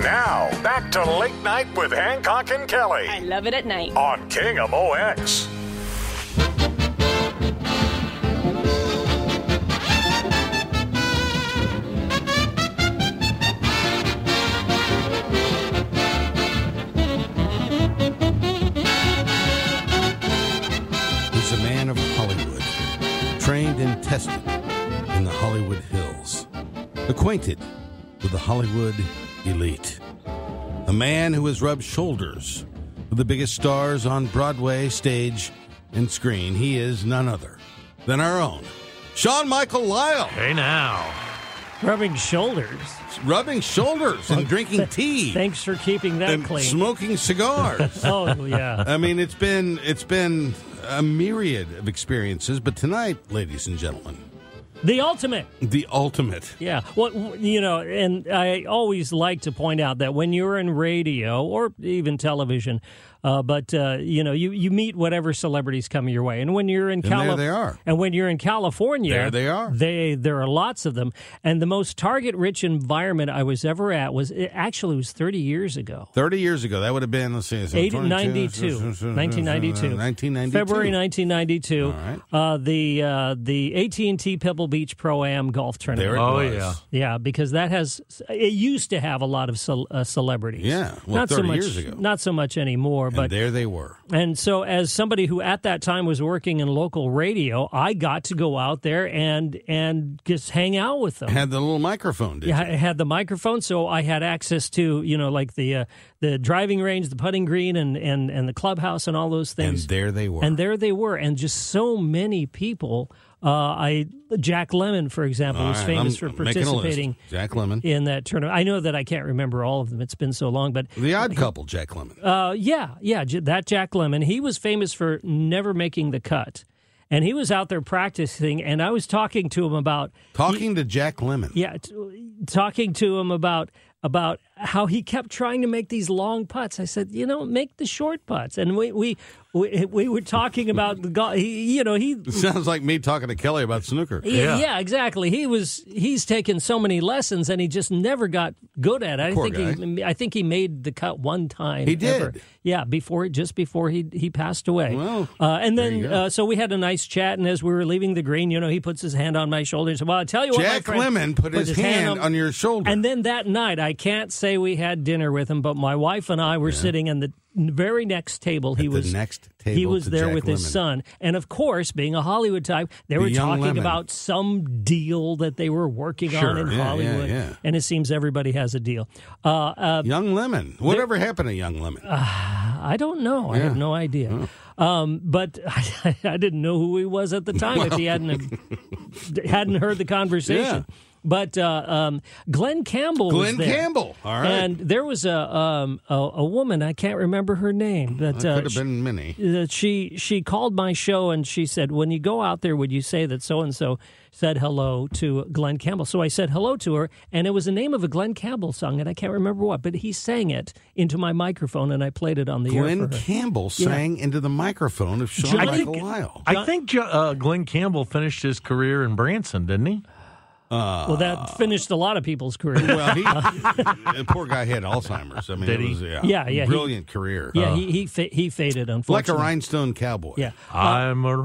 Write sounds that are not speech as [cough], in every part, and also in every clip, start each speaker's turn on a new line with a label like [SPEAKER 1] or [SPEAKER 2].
[SPEAKER 1] Now, back to Late Night with Hancock and Kelly
[SPEAKER 2] I love it at night.
[SPEAKER 1] on King of OX.
[SPEAKER 3] is a man of Hollywood, trained and tested in the Hollywood Hills, acquainted with the Hollywood elite. A man who has rubbed shoulders with the biggest stars on Broadway, stage, and screen. He is none other than our own Sean Michael Lyle,
[SPEAKER 4] Hey now. Rubbing shoulders.
[SPEAKER 3] rubbing shoulders and drinking tea
[SPEAKER 4] Thanks for keeping that
[SPEAKER 3] and
[SPEAKER 4] clean.
[SPEAKER 3] smoking cigars.
[SPEAKER 4] [laughs] oh yeah.
[SPEAKER 3] I mean, it's been it's been a myriad of experiences, but tonight, ladies and gentlemen,
[SPEAKER 4] The ultimate.
[SPEAKER 3] the ultimate.
[SPEAKER 4] Yeah. Well, you know, and I always like to point out that when you're in radio or even television, uh, but uh, you know, you, you meet whatever celebrities come your way, and when you're in
[SPEAKER 3] there
[SPEAKER 4] California,
[SPEAKER 3] they are.
[SPEAKER 4] and when you're in California,
[SPEAKER 3] There they are.
[SPEAKER 4] They there are lots of them, and the most target-rich environment I was ever at was it actually was 30 years ago.
[SPEAKER 3] 30 years ago. That would have been, let's see, it's
[SPEAKER 4] 80,
[SPEAKER 3] 22,
[SPEAKER 4] 92, 1992.
[SPEAKER 3] 1992.
[SPEAKER 4] February 1992.
[SPEAKER 3] Uh, All right.
[SPEAKER 4] Uh, the uh, the AT&T Pebble Beach Pro Am Golf Tournament.
[SPEAKER 3] There it
[SPEAKER 4] oh,
[SPEAKER 3] was.
[SPEAKER 4] yeah. Yeah, because that has it used to have a lot of cel- uh, celebrities.
[SPEAKER 3] Yeah, well,
[SPEAKER 4] not so
[SPEAKER 3] 30
[SPEAKER 4] much,
[SPEAKER 3] years ago.
[SPEAKER 4] Not so much anymore,
[SPEAKER 3] And
[SPEAKER 4] but
[SPEAKER 3] there they were.
[SPEAKER 4] and so, as somebody who at that time was working in local radio, I got to go out there and and just hang out with them.
[SPEAKER 3] Had the little microphone, did
[SPEAKER 4] Yeah,
[SPEAKER 3] you?
[SPEAKER 4] I had the microphone, so I had access to you know like the uh, the driving range, the putting green, and and and the clubhouse, and all those
[SPEAKER 3] And
[SPEAKER 4] things.
[SPEAKER 3] there they were.
[SPEAKER 4] And there they were, and just so many people. Uh, I Jack Lemon, for example,
[SPEAKER 3] All
[SPEAKER 4] was
[SPEAKER 3] right,
[SPEAKER 4] famous
[SPEAKER 3] I'm
[SPEAKER 4] for
[SPEAKER 3] making a list.
[SPEAKER 4] participating
[SPEAKER 3] Jack Lemon.
[SPEAKER 4] in that tournament. I know that I can't remember all of them; it's been so long. But
[SPEAKER 3] The odd couple, Jack Lemon.
[SPEAKER 4] uh, yeah, yeah, J- that Jack Lemon. He was famous for never making the cut, and he was out there practicing. And I was talking to him about
[SPEAKER 3] Talking to Jack Lemon.
[SPEAKER 4] yeah, t- talking to him about about how he kept trying to make these long putts. I said, you know, make the short putts. And we we we, we were talking about the golf. He, you know, he.
[SPEAKER 3] It [laughs] sounds like me talking to Kelly about snooker.
[SPEAKER 4] he- yeah. exactly. He was he's taken so many lessons and he just never got good at it. I
[SPEAKER 3] Poor
[SPEAKER 4] think he I think he made the cut one time.
[SPEAKER 3] He did.
[SPEAKER 4] ever. Yeah, before just before he he passed away.
[SPEAKER 3] Well,
[SPEAKER 4] uh, and
[SPEAKER 3] there you
[SPEAKER 4] then
[SPEAKER 3] go.
[SPEAKER 4] uh, so we had a nice chat and as we were leaving the green, you know, he puts his hand on my shoulder and said, "Well, I tell you what, my
[SPEAKER 3] Jack
[SPEAKER 4] friend,
[SPEAKER 3] Lemon put, his, hand on, your shoulder.
[SPEAKER 4] and then that night, I can't say we had dinner with him, but my wife and I were sitting in the very next table. he
[SPEAKER 3] the
[SPEAKER 4] was
[SPEAKER 3] next
[SPEAKER 4] He
[SPEAKER 3] table
[SPEAKER 4] was
[SPEAKER 3] to
[SPEAKER 4] there
[SPEAKER 3] Jack
[SPEAKER 4] with his
[SPEAKER 3] Lemmon.
[SPEAKER 4] son, and of course, being a Hollywood type, they were
[SPEAKER 3] young
[SPEAKER 4] talking
[SPEAKER 3] Lemmon.
[SPEAKER 4] about some deal that they were working on
[SPEAKER 3] Sure.
[SPEAKER 4] in
[SPEAKER 3] Yeah, yeah,
[SPEAKER 4] Hollywood.
[SPEAKER 3] yeah.
[SPEAKER 4] And it seems everybody has a deal. Uh, uh,
[SPEAKER 3] young Lemon. Whatever happened to Young Lemon?
[SPEAKER 4] I don't know. I have no idea. Um, but [laughs] I, didn't know who he was at the time if he hadn't hadn't heard
[SPEAKER 3] [laughs]
[SPEAKER 4] the conversation. But uh, um, Glenn Campbell was
[SPEAKER 3] Glenn
[SPEAKER 4] there.
[SPEAKER 3] Campbell. All right.
[SPEAKER 4] And there was a um, a, a woman I can't remember her name, but
[SPEAKER 3] Could
[SPEAKER 4] uh,
[SPEAKER 3] have been many.
[SPEAKER 4] she, uh, she she called my show and she said, "When you go out there, would you say that so and so said hello to Glenn Campbell?" So I said hello to her, and it was the name of a Glenn Campbell song, and I can't remember what, but he sang it into my microphone, and I played it on the air
[SPEAKER 3] Glenn
[SPEAKER 4] for her.
[SPEAKER 3] Campbell sang into the microphone of Sean
[SPEAKER 4] I
[SPEAKER 3] Michael
[SPEAKER 4] think-
[SPEAKER 3] Lyle.
[SPEAKER 5] I think Jo- uh, Glenn Campbell finished his career in Branson, didn't he?
[SPEAKER 3] Uh,
[SPEAKER 4] Well, that finished a lot of people's career.
[SPEAKER 3] well, he, [laughs] the poor guy had Alzheimer's. I mean,
[SPEAKER 2] Did
[SPEAKER 3] it
[SPEAKER 2] he?
[SPEAKER 3] was, yeah,
[SPEAKER 4] Yeah, yeah, he-
[SPEAKER 3] brilliant career.
[SPEAKER 4] yeah,
[SPEAKER 3] Uh,
[SPEAKER 4] he he, fa- he faded
[SPEAKER 3] like a
[SPEAKER 4] unfortunately.
[SPEAKER 3] rhinestone cowboy.
[SPEAKER 4] Yeah.
[SPEAKER 2] I'm a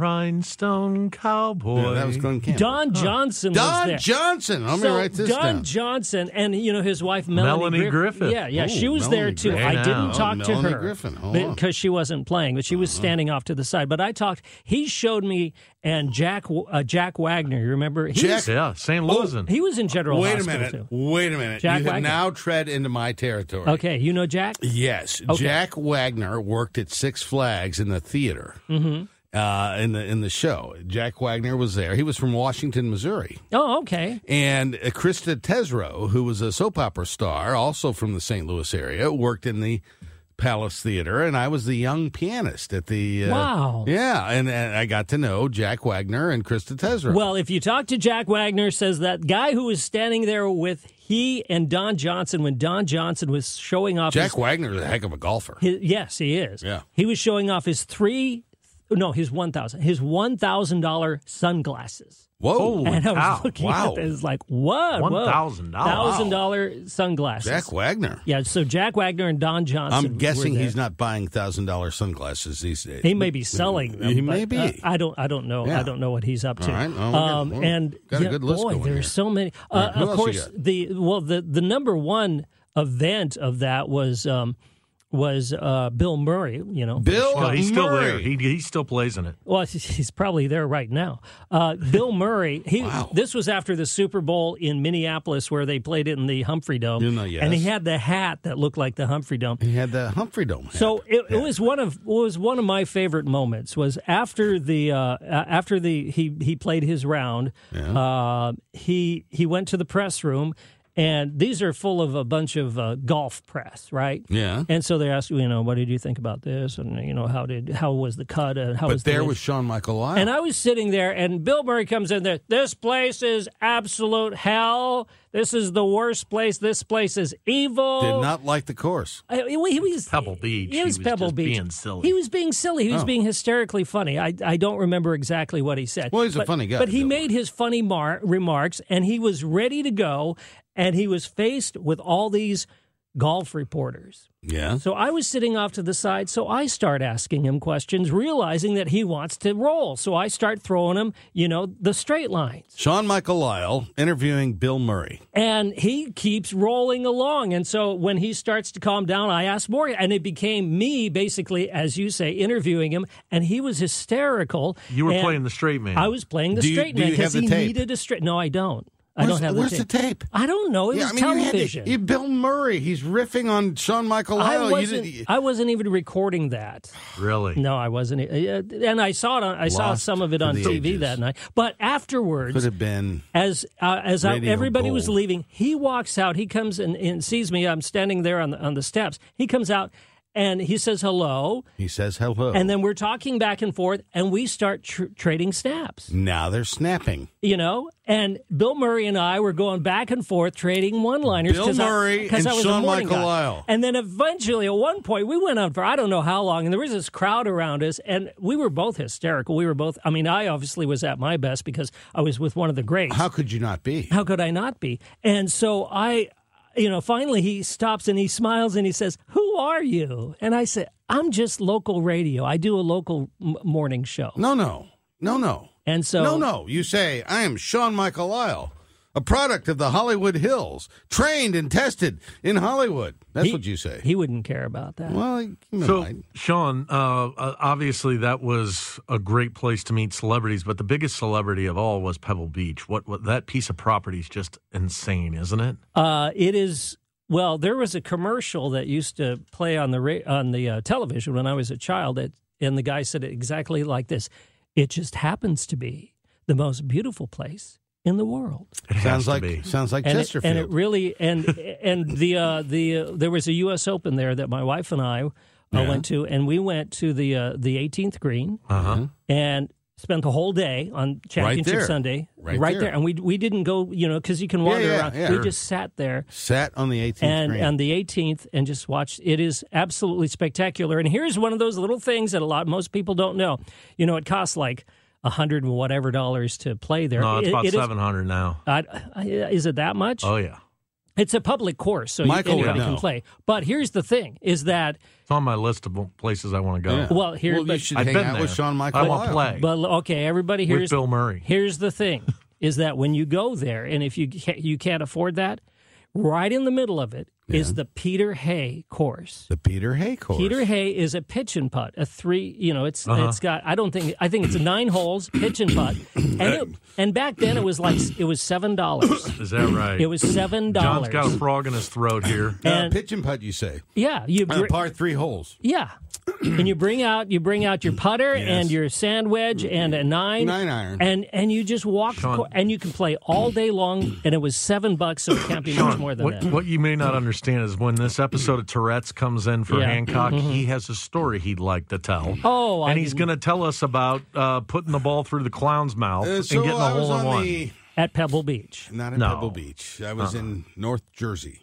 [SPEAKER 2] rhinestone cowboy.
[SPEAKER 3] Uh, Yeah, that was Glenn Campbell.
[SPEAKER 4] Don Johnson was
[SPEAKER 3] Don
[SPEAKER 4] there.
[SPEAKER 3] Johnson. Let me
[SPEAKER 4] so
[SPEAKER 3] write this
[SPEAKER 4] Don
[SPEAKER 3] down.
[SPEAKER 4] Johnson and you know his wife Melanie,
[SPEAKER 2] Melanie Griffith.
[SPEAKER 4] Yeah, yeah,
[SPEAKER 3] Ooh,
[SPEAKER 4] she was
[SPEAKER 3] Melanie
[SPEAKER 4] there too.
[SPEAKER 2] Griffith.
[SPEAKER 4] I didn't
[SPEAKER 2] Oh,
[SPEAKER 4] talk
[SPEAKER 3] Melanie
[SPEAKER 4] to her
[SPEAKER 3] Griffin. Oh, Uh-huh. Hold on.
[SPEAKER 4] because she wasn't playing, but she was standing off to the side. But I talked. He showed me and Jack uh, Jack Wagner. You remember? He
[SPEAKER 3] Jack-
[SPEAKER 4] was,
[SPEAKER 2] Yeah, St.
[SPEAKER 3] Oh,
[SPEAKER 2] Louisan.
[SPEAKER 4] he was in General
[SPEAKER 3] Wait a
[SPEAKER 4] Hospital
[SPEAKER 3] minute.
[SPEAKER 4] too.
[SPEAKER 3] Wait a minute.
[SPEAKER 4] Jack
[SPEAKER 3] you
[SPEAKER 4] Wagner.
[SPEAKER 3] have now tread into my territory.
[SPEAKER 4] Okay, you know Jack.
[SPEAKER 3] Yes, Jack Wagner worked at Six Flags in the theater. Mm-hmm. Uh, in the in the show, Jack Wagner was there. He was from Washington, Missouri,
[SPEAKER 4] Oh, okay.
[SPEAKER 3] and uh, Krista Tesro, who was a soap opera star, also from the St. Louis area, worked in the Palace Theater, and I was the young pianist at the. Uh,
[SPEAKER 4] Wow.
[SPEAKER 3] Yeah, and, and I got to know Jack Wagner and Krista Tesro.
[SPEAKER 4] Well, if you talk to Jack Wagner, says that guy who was standing there with he and Don Johnson when Don Johnson was showing off his
[SPEAKER 3] Jack Wagner is a heck of a golfer.
[SPEAKER 4] His, yes, he is.
[SPEAKER 3] Yeah.
[SPEAKER 4] He was showing off his three, no, his one thousand, his one thousand dollar sunglasses.
[SPEAKER 3] Whoa,
[SPEAKER 2] Oh.
[SPEAKER 4] and [laughs] I was
[SPEAKER 2] cow.
[SPEAKER 4] looking
[SPEAKER 3] Wow.
[SPEAKER 4] at this like, what?
[SPEAKER 2] $1,000.
[SPEAKER 4] thousand dollar sunglasses.
[SPEAKER 3] Jack Wagner.
[SPEAKER 4] yeah. So Jack Wagner and Don Johnson.
[SPEAKER 3] I'm guessing
[SPEAKER 4] were there.
[SPEAKER 3] he's not buying thousand dollar sunglasses these days.
[SPEAKER 4] He may be selling them.
[SPEAKER 3] He
[SPEAKER 4] but,
[SPEAKER 3] may be.
[SPEAKER 4] uh, I don't. I don't know.
[SPEAKER 3] Yeah.
[SPEAKER 4] I don't know what he's up to. Um,
[SPEAKER 3] All right. Well, we got- well,
[SPEAKER 4] and
[SPEAKER 3] got a
[SPEAKER 4] yeah,
[SPEAKER 3] good list
[SPEAKER 4] boy,
[SPEAKER 3] going
[SPEAKER 4] there's
[SPEAKER 3] here.
[SPEAKER 4] so many.
[SPEAKER 3] All
[SPEAKER 4] Uh,
[SPEAKER 3] right, who
[SPEAKER 4] of
[SPEAKER 3] else you
[SPEAKER 4] course,
[SPEAKER 3] got?
[SPEAKER 4] the well, the the number one event of that was um, was uh, Bill Murray. You know,
[SPEAKER 3] Bill
[SPEAKER 2] Well, he's still
[SPEAKER 3] Murray.
[SPEAKER 2] there. He, he still plays in it.
[SPEAKER 4] Well, [laughs] he's probably there right now. Uh, Bill Murray. He, This was after the Super Bowl in Minneapolis, where they played it in the Humphrey Dome.
[SPEAKER 3] You know, yes.
[SPEAKER 4] And he had the hat that looked like the Humphrey Dome.
[SPEAKER 3] He had the Humphrey Dome. hat.
[SPEAKER 4] So it, it was one of it was one of my favorite moments was after the uh, uh, after the he he played his round. Uh, he he went to the press room. And these are full of a bunch of uh, golf press, right?
[SPEAKER 3] Yeah.
[SPEAKER 4] And so they asked, you know, what did you think about this? And you know, how did how was the cut? And how
[SPEAKER 3] but
[SPEAKER 4] was the
[SPEAKER 3] there
[SPEAKER 4] lid?
[SPEAKER 3] was Sean Michael Lyle.
[SPEAKER 4] And I was sitting there, and Bill Murray comes in there. This place is absolute hell. This is the worst place. This place is evil.
[SPEAKER 3] did not like the course.
[SPEAKER 4] I- he was
[SPEAKER 2] Pebble Beach.
[SPEAKER 4] He
[SPEAKER 2] He
[SPEAKER 4] was,
[SPEAKER 2] was
[SPEAKER 4] Pebble
[SPEAKER 2] just
[SPEAKER 4] Beach.
[SPEAKER 2] being silly.
[SPEAKER 4] He was being silly.
[SPEAKER 3] Oh.
[SPEAKER 4] He was being hysterically funny. I, I don't remember exactly what he said.
[SPEAKER 3] Well, he's a
[SPEAKER 4] But-
[SPEAKER 3] funny guy,
[SPEAKER 4] But he
[SPEAKER 3] Bill
[SPEAKER 4] made his funny mar- remarks, and he was ready to go. And he was faced with all these golf reporters.
[SPEAKER 3] Yeah.
[SPEAKER 4] So I was sitting off to the side, so I start asking him questions, realizing that he wants to roll. So I start throwing him, you know, the straight lines.
[SPEAKER 3] Sean Michael Lyle interviewing Bill Murray.
[SPEAKER 4] And he keeps rolling along. And so when he starts to calm down, I ask more. And it became me, basically, as you say, interviewing him. And he was hysterical.
[SPEAKER 2] You were
[SPEAKER 4] And
[SPEAKER 2] playing the straight man.
[SPEAKER 4] I was playing the
[SPEAKER 3] Do you-
[SPEAKER 4] straight
[SPEAKER 3] do
[SPEAKER 4] man
[SPEAKER 3] you
[SPEAKER 4] because
[SPEAKER 3] have
[SPEAKER 4] he
[SPEAKER 3] the tape?
[SPEAKER 4] needed a straight. No, I don't. I
[SPEAKER 3] Where's-
[SPEAKER 4] don't have
[SPEAKER 3] where's
[SPEAKER 4] the
[SPEAKER 3] the
[SPEAKER 4] tape.
[SPEAKER 3] tape?
[SPEAKER 4] I don't know. It was television.
[SPEAKER 3] You had to, you- Bill Murray. He's riffing on Sean Michael Lyle.
[SPEAKER 4] I
[SPEAKER 3] You
[SPEAKER 4] wasn't.
[SPEAKER 3] didn't-
[SPEAKER 4] I wasn't even recording that.
[SPEAKER 2] really.
[SPEAKER 4] No, I wasn't. Uh, And I saw it. On, I saw
[SPEAKER 3] Lost
[SPEAKER 4] some of it
[SPEAKER 3] to
[SPEAKER 4] on
[SPEAKER 3] the
[SPEAKER 4] TV
[SPEAKER 3] ages.
[SPEAKER 4] that night. But
[SPEAKER 3] could
[SPEAKER 4] afterwards,
[SPEAKER 3] have been.
[SPEAKER 4] as uh, as I,
[SPEAKER 3] Radio
[SPEAKER 4] everybody was
[SPEAKER 3] Gold.
[SPEAKER 4] leaving, he walks out. He comes and, and sees me. I'm standing there on the on the steps. He comes out and he says hello.
[SPEAKER 3] He says hello.
[SPEAKER 4] And then we're talking back and forth, and we start tr- trading snaps,
[SPEAKER 3] now they're snapping.
[SPEAKER 4] you know. And Bill Murray and I were going back and forth, trading one-liners.
[SPEAKER 3] Bill
[SPEAKER 4] 'cause I-
[SPEAKER 3] Murray
[SPEAKER 4] 'cause
[SPEAKER 3] and
[SPEAKER 4] I was a
[SPEAKER 3] Shawn
[SPEAKER 4] morning
[SPEAKER 3] Michael
[SPEAKER 4] guy.
[SPEAKER 3] Lyle.
[SPEAKER 4] And then eventually, at one point, we went on for I don't know how long, and there was this crowd around us, and we were both hysterical. We were both. I mean, I obviously was at my best because I was with one of the greats.
[SPEAKER 3] How could you not be?
[SPEAKER 4] How could I not be? And so I, you know, finally he stops and he smiles and he says, "Who are you?" And I said, "I'm just local radio. I do a local m- morning show."
[SPEAKER 3] No, no, no, no.
[SPEAKER 4] And so
[SPEAKER 3] no, no. You say, I am Sean Michael Lyle, a product of the Hollywood Hills, trained and tested in Hollywood. That's
[SPEAKER 4] he-
[SPEAKER 3] what you say.
[SPEAKER 4] He wouldn't care about that.
[SPEAKER 3] well, you know,
[SPEAKER 2] So,
[SPEAKER 3] I-
[SPEAKER 2] Sean, uh, uh, obviously that was a great place to meet celebrities, but the biggest celebrity of all was Pebble Beach. What, what that piece of property is just insane, isn't it?
[SPEAKER 4] Uh, it is well. There was a commercial that used to play on the ra- on the uh, television when I was a child, it, and the guy said it exactly like this: "It just happens to be the most beautiful place in the world."
[SPEAKER 2] It has
[SPEAKER 3] sounds
[SPEAKER 2] to
[SPEAKER 3] like
[SPEAKER 2] be.
[SPEAKER 3] sounds like
[SPEAKER 4] and it-
[SPEAKER 3] Chesterfield.
[SPEAKER 4] and It, really and and the uh, the uh, there was a U.S. Open there that my wife and I uh, went to, and we went to the uh, the 18th green
[SPEAKER 3] Mm-hmm.
[SPEAKER 2] Uh-huh.
[SPEAKER 4] and spent the whole day on Championship
[SPEAKER 3] there.
[SPEAKER 4] Sunday
[SPEAKER 3] Right
[SPEAKER 4] there.
[SPEAKER 3] there.
[SPEAKER 4] and we we didn't go you know because you can wander
[SPEAKER 3] yeah,
[SPEAKER 4] around.
[SPEAKER 3] yeah.
[SPEAKER 4] we just sat there.
[SPEAKER 3] Sat on the 18th
[SPEAKER 4] And uh,
[SPEAKER 3] green.
[SPEAKER 4] on the 18th, and just watched. It is absolutely spectacular. And here's one of those little things that a lot most people don't know. You know, it costs like a hundred and whatever dollars to play there.
[SPEAKER 2] No, it's
[SPEAKER 4] It-
[SPEAKER 2] about
[SPEAKER 4] it is-
[SPEAKER 2] seven hundred now.
[SPEAKER 4] I, I- is it that much?
[SPEAKER 2] Oh yeah,
[SPEAKER 4] It's a public course, so
[SPEAKER 3] Michael would
[SPEAKER 4] anybody
[SPEAKER 3] know.
[SPEAKER 4] can play. But here's the thing: is that
[SPEAKER 2] it's on my list of places I want to go.
[SPEAKER 3] Yeah.
[SPEAKER 4] well here?
[SPEAKER 3] well, you
[SPEAKER 4] but,
[SPEAKER 3] should
[SPEAKER 2] I've
[SPEAKER 3] hang
[SPEAKER 2] been
[SPEAKER 3] out
[SPEAKER 2] there.
[SPEAKER 3] with Sean Michael.
[SPEAKER 2] I want to
[SPEAKER 3] Weil.
[SPEAKER 2] play
[SPEAKER 4] but okay, everybody
[SPEAKER 2] with
[SPEAKER 4] here's
[SPEAKER 2] Bill Murray.
[SPEAKER 4] Here's the thing: is that when you go there, and if you ca- you can't afford that, right in the middle of it is the Peter Hay course.
[SPEAKER 3] The Peter Hay course.
[SPEAKER 4] Peter Hay is a pitch and putt, a three. You know, it's
[SPEAKER 2] Uh-huh.
[SPEAKER 4] it's got. I don't think. I think it's nine holes, pitch and putt, and it,
[SPEAKER 2] [coughs]
[SPEAKER 4] and back then it was like it was seven dollars. [clears throat]
[SPEAKER 2] Is that right?
[SPEAKER 4] It was seven
[SPEAKER 2] John's got a
[SPEAKER 4] dollars.
[SPEAKER 2] frog in his throat here.
[SPEAKER 3] Uh,
[SPEAKER 4] and-
[SPEAKER 3] pitch and putt, you say.
[SPEAKER 4] Yeah, you
[SPEAKER 3] Uh,
[SPEAKER 4] br-
[SPEAKER 3] par three holes.
[SPEAKER 4] yeah, and you bring out you bring out your putter and your sand wedge and a nine
[SPEAKER 3] Nine iron.
[SPEAKER 4] and and you just walk the
[SPEAKER 2] Sean.
[SPEAKER 4] cour- and you can play all day long. And it was seven bucks, so it can't be much more than
[SPEAKER 2] what,
[SPEAKER 4] that.
[SPEAKER 2] what you may not understand is when this episode of Tourette's comes in for
[SPEAKER 4] Yeah. Mm-hmm.
[SPEAKER 2] Hancock, he has a story he'd like to tell.
[SPEAKER 4] Oh, I
[SPEAKER 2] and he's going to tell us about uh, putting the ball through the clown's mouth
[SPEAKER 3] Uh,
[SPEAKER 2] and
[SPEAKER 3] so
[SPEAKER 2] getting a
[SPEAKER 3] I was
[SPEAKER 2] hole in
[SPEAKER 3] on
[SPEAKER 2] one.
[SPEAKER 3] the
[SPEAKER 4] at Pebble Beach.
[SPEAKER 3] not in
[SPEAKER 2] No.
[SPEAKER 3] Pebble Beach. I was in North Jersey,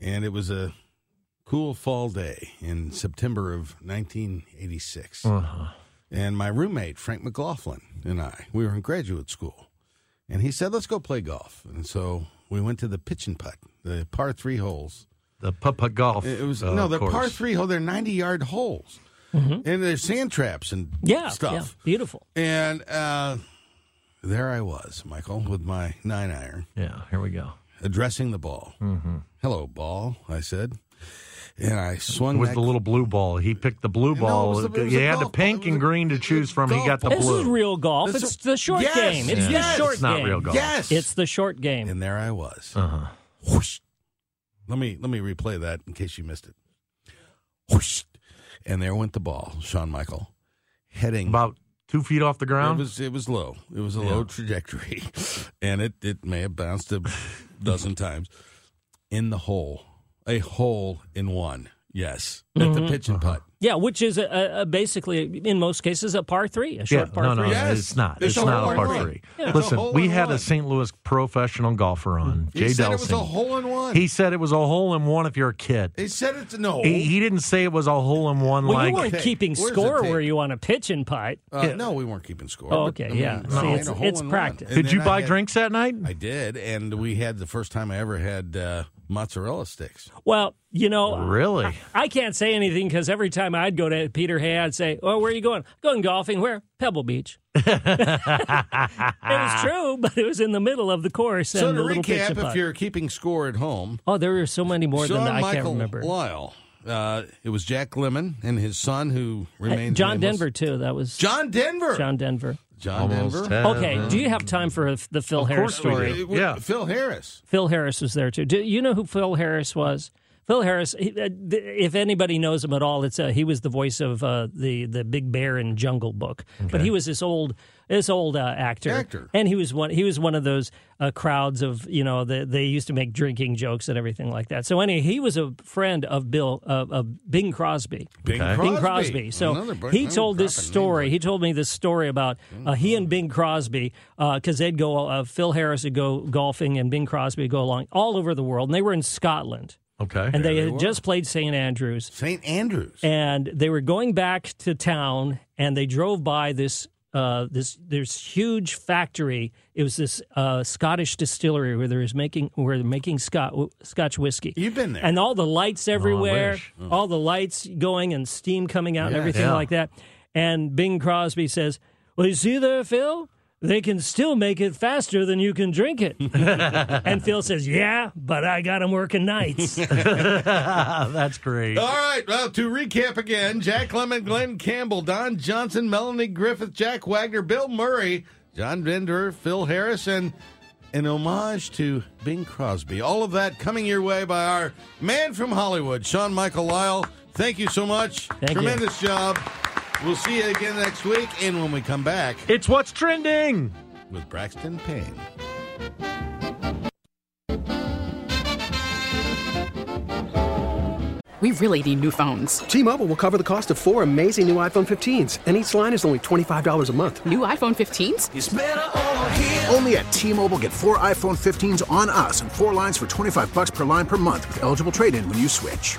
[SPEAKER 3] and it was a cool fall day in September of 1986. And my roommate Frank McLaughlin and I, we were in graduate school, and he said, "Let's go play golf." And so we went to the pitch and putt, the par three holes.
[SPEAKER 2] The putt-putt golf.
[SPEAKER 3] It was
[SPEAKER 2] uh,
[SPEAKER 3] no, the
[SPEAKER 2] course.
[SPEAKER 3] par three hole. They're 90 yard holes, and there's sand traps and
[SPEAKER 4] Mm-hmm. Yeah, yeah,
[SPEAKER 3] stuff.
[SPEAKER 4] beautiful.
[SPEAKER 3] And uh, there I was, Michael, with my nine iron
[SPEAKER 2] Yeah, here we go.
[SPEAKER 3] addressing the ball.
[SPEAKER 2] Mm-hmm.
[SPEAKER 3] Hello, ball, I said. And I swung
[SPEAKER 2] It was
[SPEAKER 3] that-
[SPEAKER 2] the little blue ball. He picked the
[SPEAKER 3] No,
[SPEAKER 2] blue
[SPEAKER 3] it
[SPEAKER 2] ball.
[SPEAKER 3] was the- it was
[SPEAKER 2] he
[SPEAKER 3] a
[SPEAKER 2] had the
[SPEAKER 3] golf ball. It
[SPEAKER 2] pink
[SPEAKER 3] was
[SPEAKER 2] and
[SPEAKER 3] a-
[SPEAKER 2] green to
[SPEAKER 3] it was
[SPEAKER 2] choose from. He
[SPEAKER 3] golf
[SPEAKER 2] got the
[SPEAKER 3] ball.
[SPEAKER 4] This
[SPEAKER 2] blue.
[SPEAKER 4] is real golf.
[SPEAKER 3] This
[SPEAKER 4] it's
[SPEAKER 3] is-
[SPEAKER 4] the short
[SPEAKER 3] Yes!
[SPEAKER 4] game. It's
[SPEAKER 3] Yes!
[SPEAKER 4] the short
[SPEAKER 2] It's not
[SPEAKER 4] game.
[SPEAKER 2] real golf.
[SPEAKER 3] Yes.
[SPEAKER 4] It's the short game.
[SPEAKER 3] and there I was.
[SPEAKER 2] Uh-huh.
[SPEAKER 3] Whoosh. Let me let me replay that in case you missed it. Whoosh. And there went the ball, Sean Michael, heading
[SPEAKER 2] About two feet off the
[SPEAKER 3] It
[SPEAKER 2] ground.
[SPEAKER 3] was it was low. It was a low trajectory, [laughs] and it it may have bounced a
[SPEAKER 4] [laughs]
[SPEAKER 3] dozen times in the hole, a hole in one. Yes, at
[SPEAKER 4] Mm-hmm.
[SPEAKER 3] the pitch and putt.
[SPEAKER 4] yeah, which is a, a, a basically in most cases a par three, a
[SPEAKER 2] Yeah,
[SPEAKER 4] short par
[SPEAKER 2] no, no,
[SPEAKER 4] three.
[SPEAKER 3] Yes.
[SPEAKER 2] it's not.
[SPEAKER 3] It's
[SPEAKER 2] It's,
[SPEAKER 3] a
[SPEAKER 2] not
[SPEAKER 3] hole
[SPEAKER 2] a
[SPEAKER 3] in
[SPEAKER 2] par
[SPEAKER 3] one.
[SPEAKER 2] three.
[SPEAKER 3] Yeah. It's a
[SPEAKER 2] Listen,
[SPEAKER 3] hole
[SPEAKER 2] we
[SPEAKER 3] in
[SPEAKER 2] had
[SPEAKER 3] one.
[SPEAKER 2] a St. Louis professional golfer on,
[SPEAKER 3] He
[SPEAKER 2] Jay
[SPEAKER 3] said it was a
[SPEAKER 2] Delsing.
[SPEAKER 3] hole in one.
[SPEAKER 2] He said it was a hole in one if you're a kid.
[SPEAKER 3] he said it's no.
[SPEAKER 2] He, he didn't say it was a hole in one
[SPEAKER 4] Well,
[SPEAKER 2] like
[SPEAKER 4] you weren't
[SPEAKER 3] Tape.
[SPEAKER 4] keeping
[SPEAKER 3] Where's the
[SPEAKER 4] score
[SPEAKER 3] tape?
[SPEAKER 4] were you on a pitch and putt?
[SPEAKER 3] Uh, No, we weren't keeping score.
[SPEAKER 4] Oh,
[SPEAKER 3] but,
[SPEAKER 4] okay, yeah. See,
[SPEAKER 3] I had
[SPEAKER 4] it's-
[SPEAKER 3] a hole
[SPEAKER 4] it's
[SPEAKER 3] in one.
[SPEAKER 4] practice.
[SPEAKER 3] And
[SPEAKER 2] Did
[SPEAKER 3] then
[SPEAKER 2] you
[SPEAKER 3] I
[SPEAKER 2] buy
[SPEAKER 3] had-
[SPEAKER 2] drinks that night?
[SPEAKER 3] I did, and we had the first time I ever had uh, mozzarella sticks.
[SPEAKER 4] Well, you know,
[SPEAKER 2] Really?
[SPEAKER 3] [laughs]
[SPEAKER 4] I can't say anything because every time I'd go to Peter Hay, I'd say, "Oh, where are you going? Going golfing? Where? Pebble
[SPEAKER 3] [laughs]
[SPEAKER 4] Beach." it was true, but it was in the middle of the course
[SPEAKER 3] so
[SPEAKER 4] and
[SPEAKER 3] to
[SPEAKER 4] the little pitch and
[SPEAKER 3] recap, if
[SPEAKER 4] putt.
[SPEAKER 3] you're keeping score at home,
[SPEAKER 4] Oh, there were so many more
[SPEAKER 3] Sean
[SPEAKER 4] than I
[SPEAKER 3] Michael
[SPEAKER 4] can't remember.
[SPEAKER 3] Lyle. Uh, it was Jack Lemon and his son who remains
[SPEAKER 4] John
[SPEAKER 3] nameless.
[SPEAKER 4] Denver too. That was
[SPEAKER 3] John Uh-huh. Denver.
[SPEAKER 4] John Denver.
[SPEAKER 3] John Denver.
[SPEAKER 2] Uh,
[SPEAKER 4] Okay, do you have time for the Phil Harris
[SPEAKER 2] course we
[SPEAKER 4] story?
[SPEAKER 2] do.
[SPEAKER 3] It was
[SPEAKER 2] Yeah.
[SPEAKER 3] Phil Harris.
[SPEAKER 4] Phil Harris was there too. Do you know who Phil Harris was? Phil Harris, he, uh, th- if anybody knows him at all, it's uh, he was the voice of uh, the the Big Bear in Jungle Book. But he was this old this old uh, actor,
[SPEAKER 3] Actor.
[SPEAKER 4] and he was one he was one of those uh, crowds of you know the, they used to make drinking jokes and everything like that. So anyway, he was a friend of Bill uh, of Bing Crosby.
[SPEAKER 3] Bing
[SPEAKER 4] Bing Crosby. So
[SPEAKER 3] Another br-
[SPEAKER 4] he
[SPEAKER 3] another
[SPEAKER 4] told this
[SPEAKER 3] dropping Mm-hmm. names
[SPEAKER 4] story. He told me this story about uh, he and Bing Crosby because they'd go. Uh, Phil Harris would go golfing, and Bing Crosby would go along all over the world, and they were in Scotland,
[SPEAKER 2] Okay.
[SPEAKER 4] and they had just played St Andrews,
[SPEAKER 3] St. Andrews.
[SPEAKER 4] and they were going back to town, and they drove by this. Uh, this there's huge factory. It was this uh, Scottish distillery where they was making where they're making Scot- Scotch whiskey.
[SPEAKER 3] You've been there.
[SPEAKER 4] and all the lights everywhere,
[SPEAKER 2] Oh, wish.
[SPEAKER 4] all the lights going and steam coming out and everything
[SPEAKER 2] Yeah.
[SPEAKER 4] like that. And Bing Crosby says, "Well, you see there, Phil." They can still make it faster than you can drink
[SPEAKER 2] [laughs]
[SPEAKER 4] it. and Phil says, Yeah, but I got 'em working
[SPEAKER 2] [laughs]
[SPEAKER 4] nights.
[SPEAKER 2] That's great.
[SPEAKER 3] All right. Well, to recap again: Jack Lemon, Glenn Campbell, Don Johnson, Melanie Griffith, Jack Wagner, Bill Murray, John Denver, Phil Harris, and an homage to Bing Crosby. All of that coming your way by our man from Hollywood, Sean Michael Lyle. Thank you so much.
[SPEAKER 4] Thank you.
[SPEAKER 3] Tremendous job. We'll see you again next week, and when we come back
[SPEAKER 2] It's what's trending.
[SPEAKER 3] with Braxton Payne.
[SPEAKER 5] We really need new phones.
[SPEAKER 6] T-Mobile will cover the cost of four amazing new iPhone 15s, and each line is only $25 a month.
[SPEAKER 5] New iPhone 15s?
[SPEAKER 7] Only at T-Mobile, get four iPhone 15s on us and four lines for 25 bucks per line per month with eligible trade-in when you switch.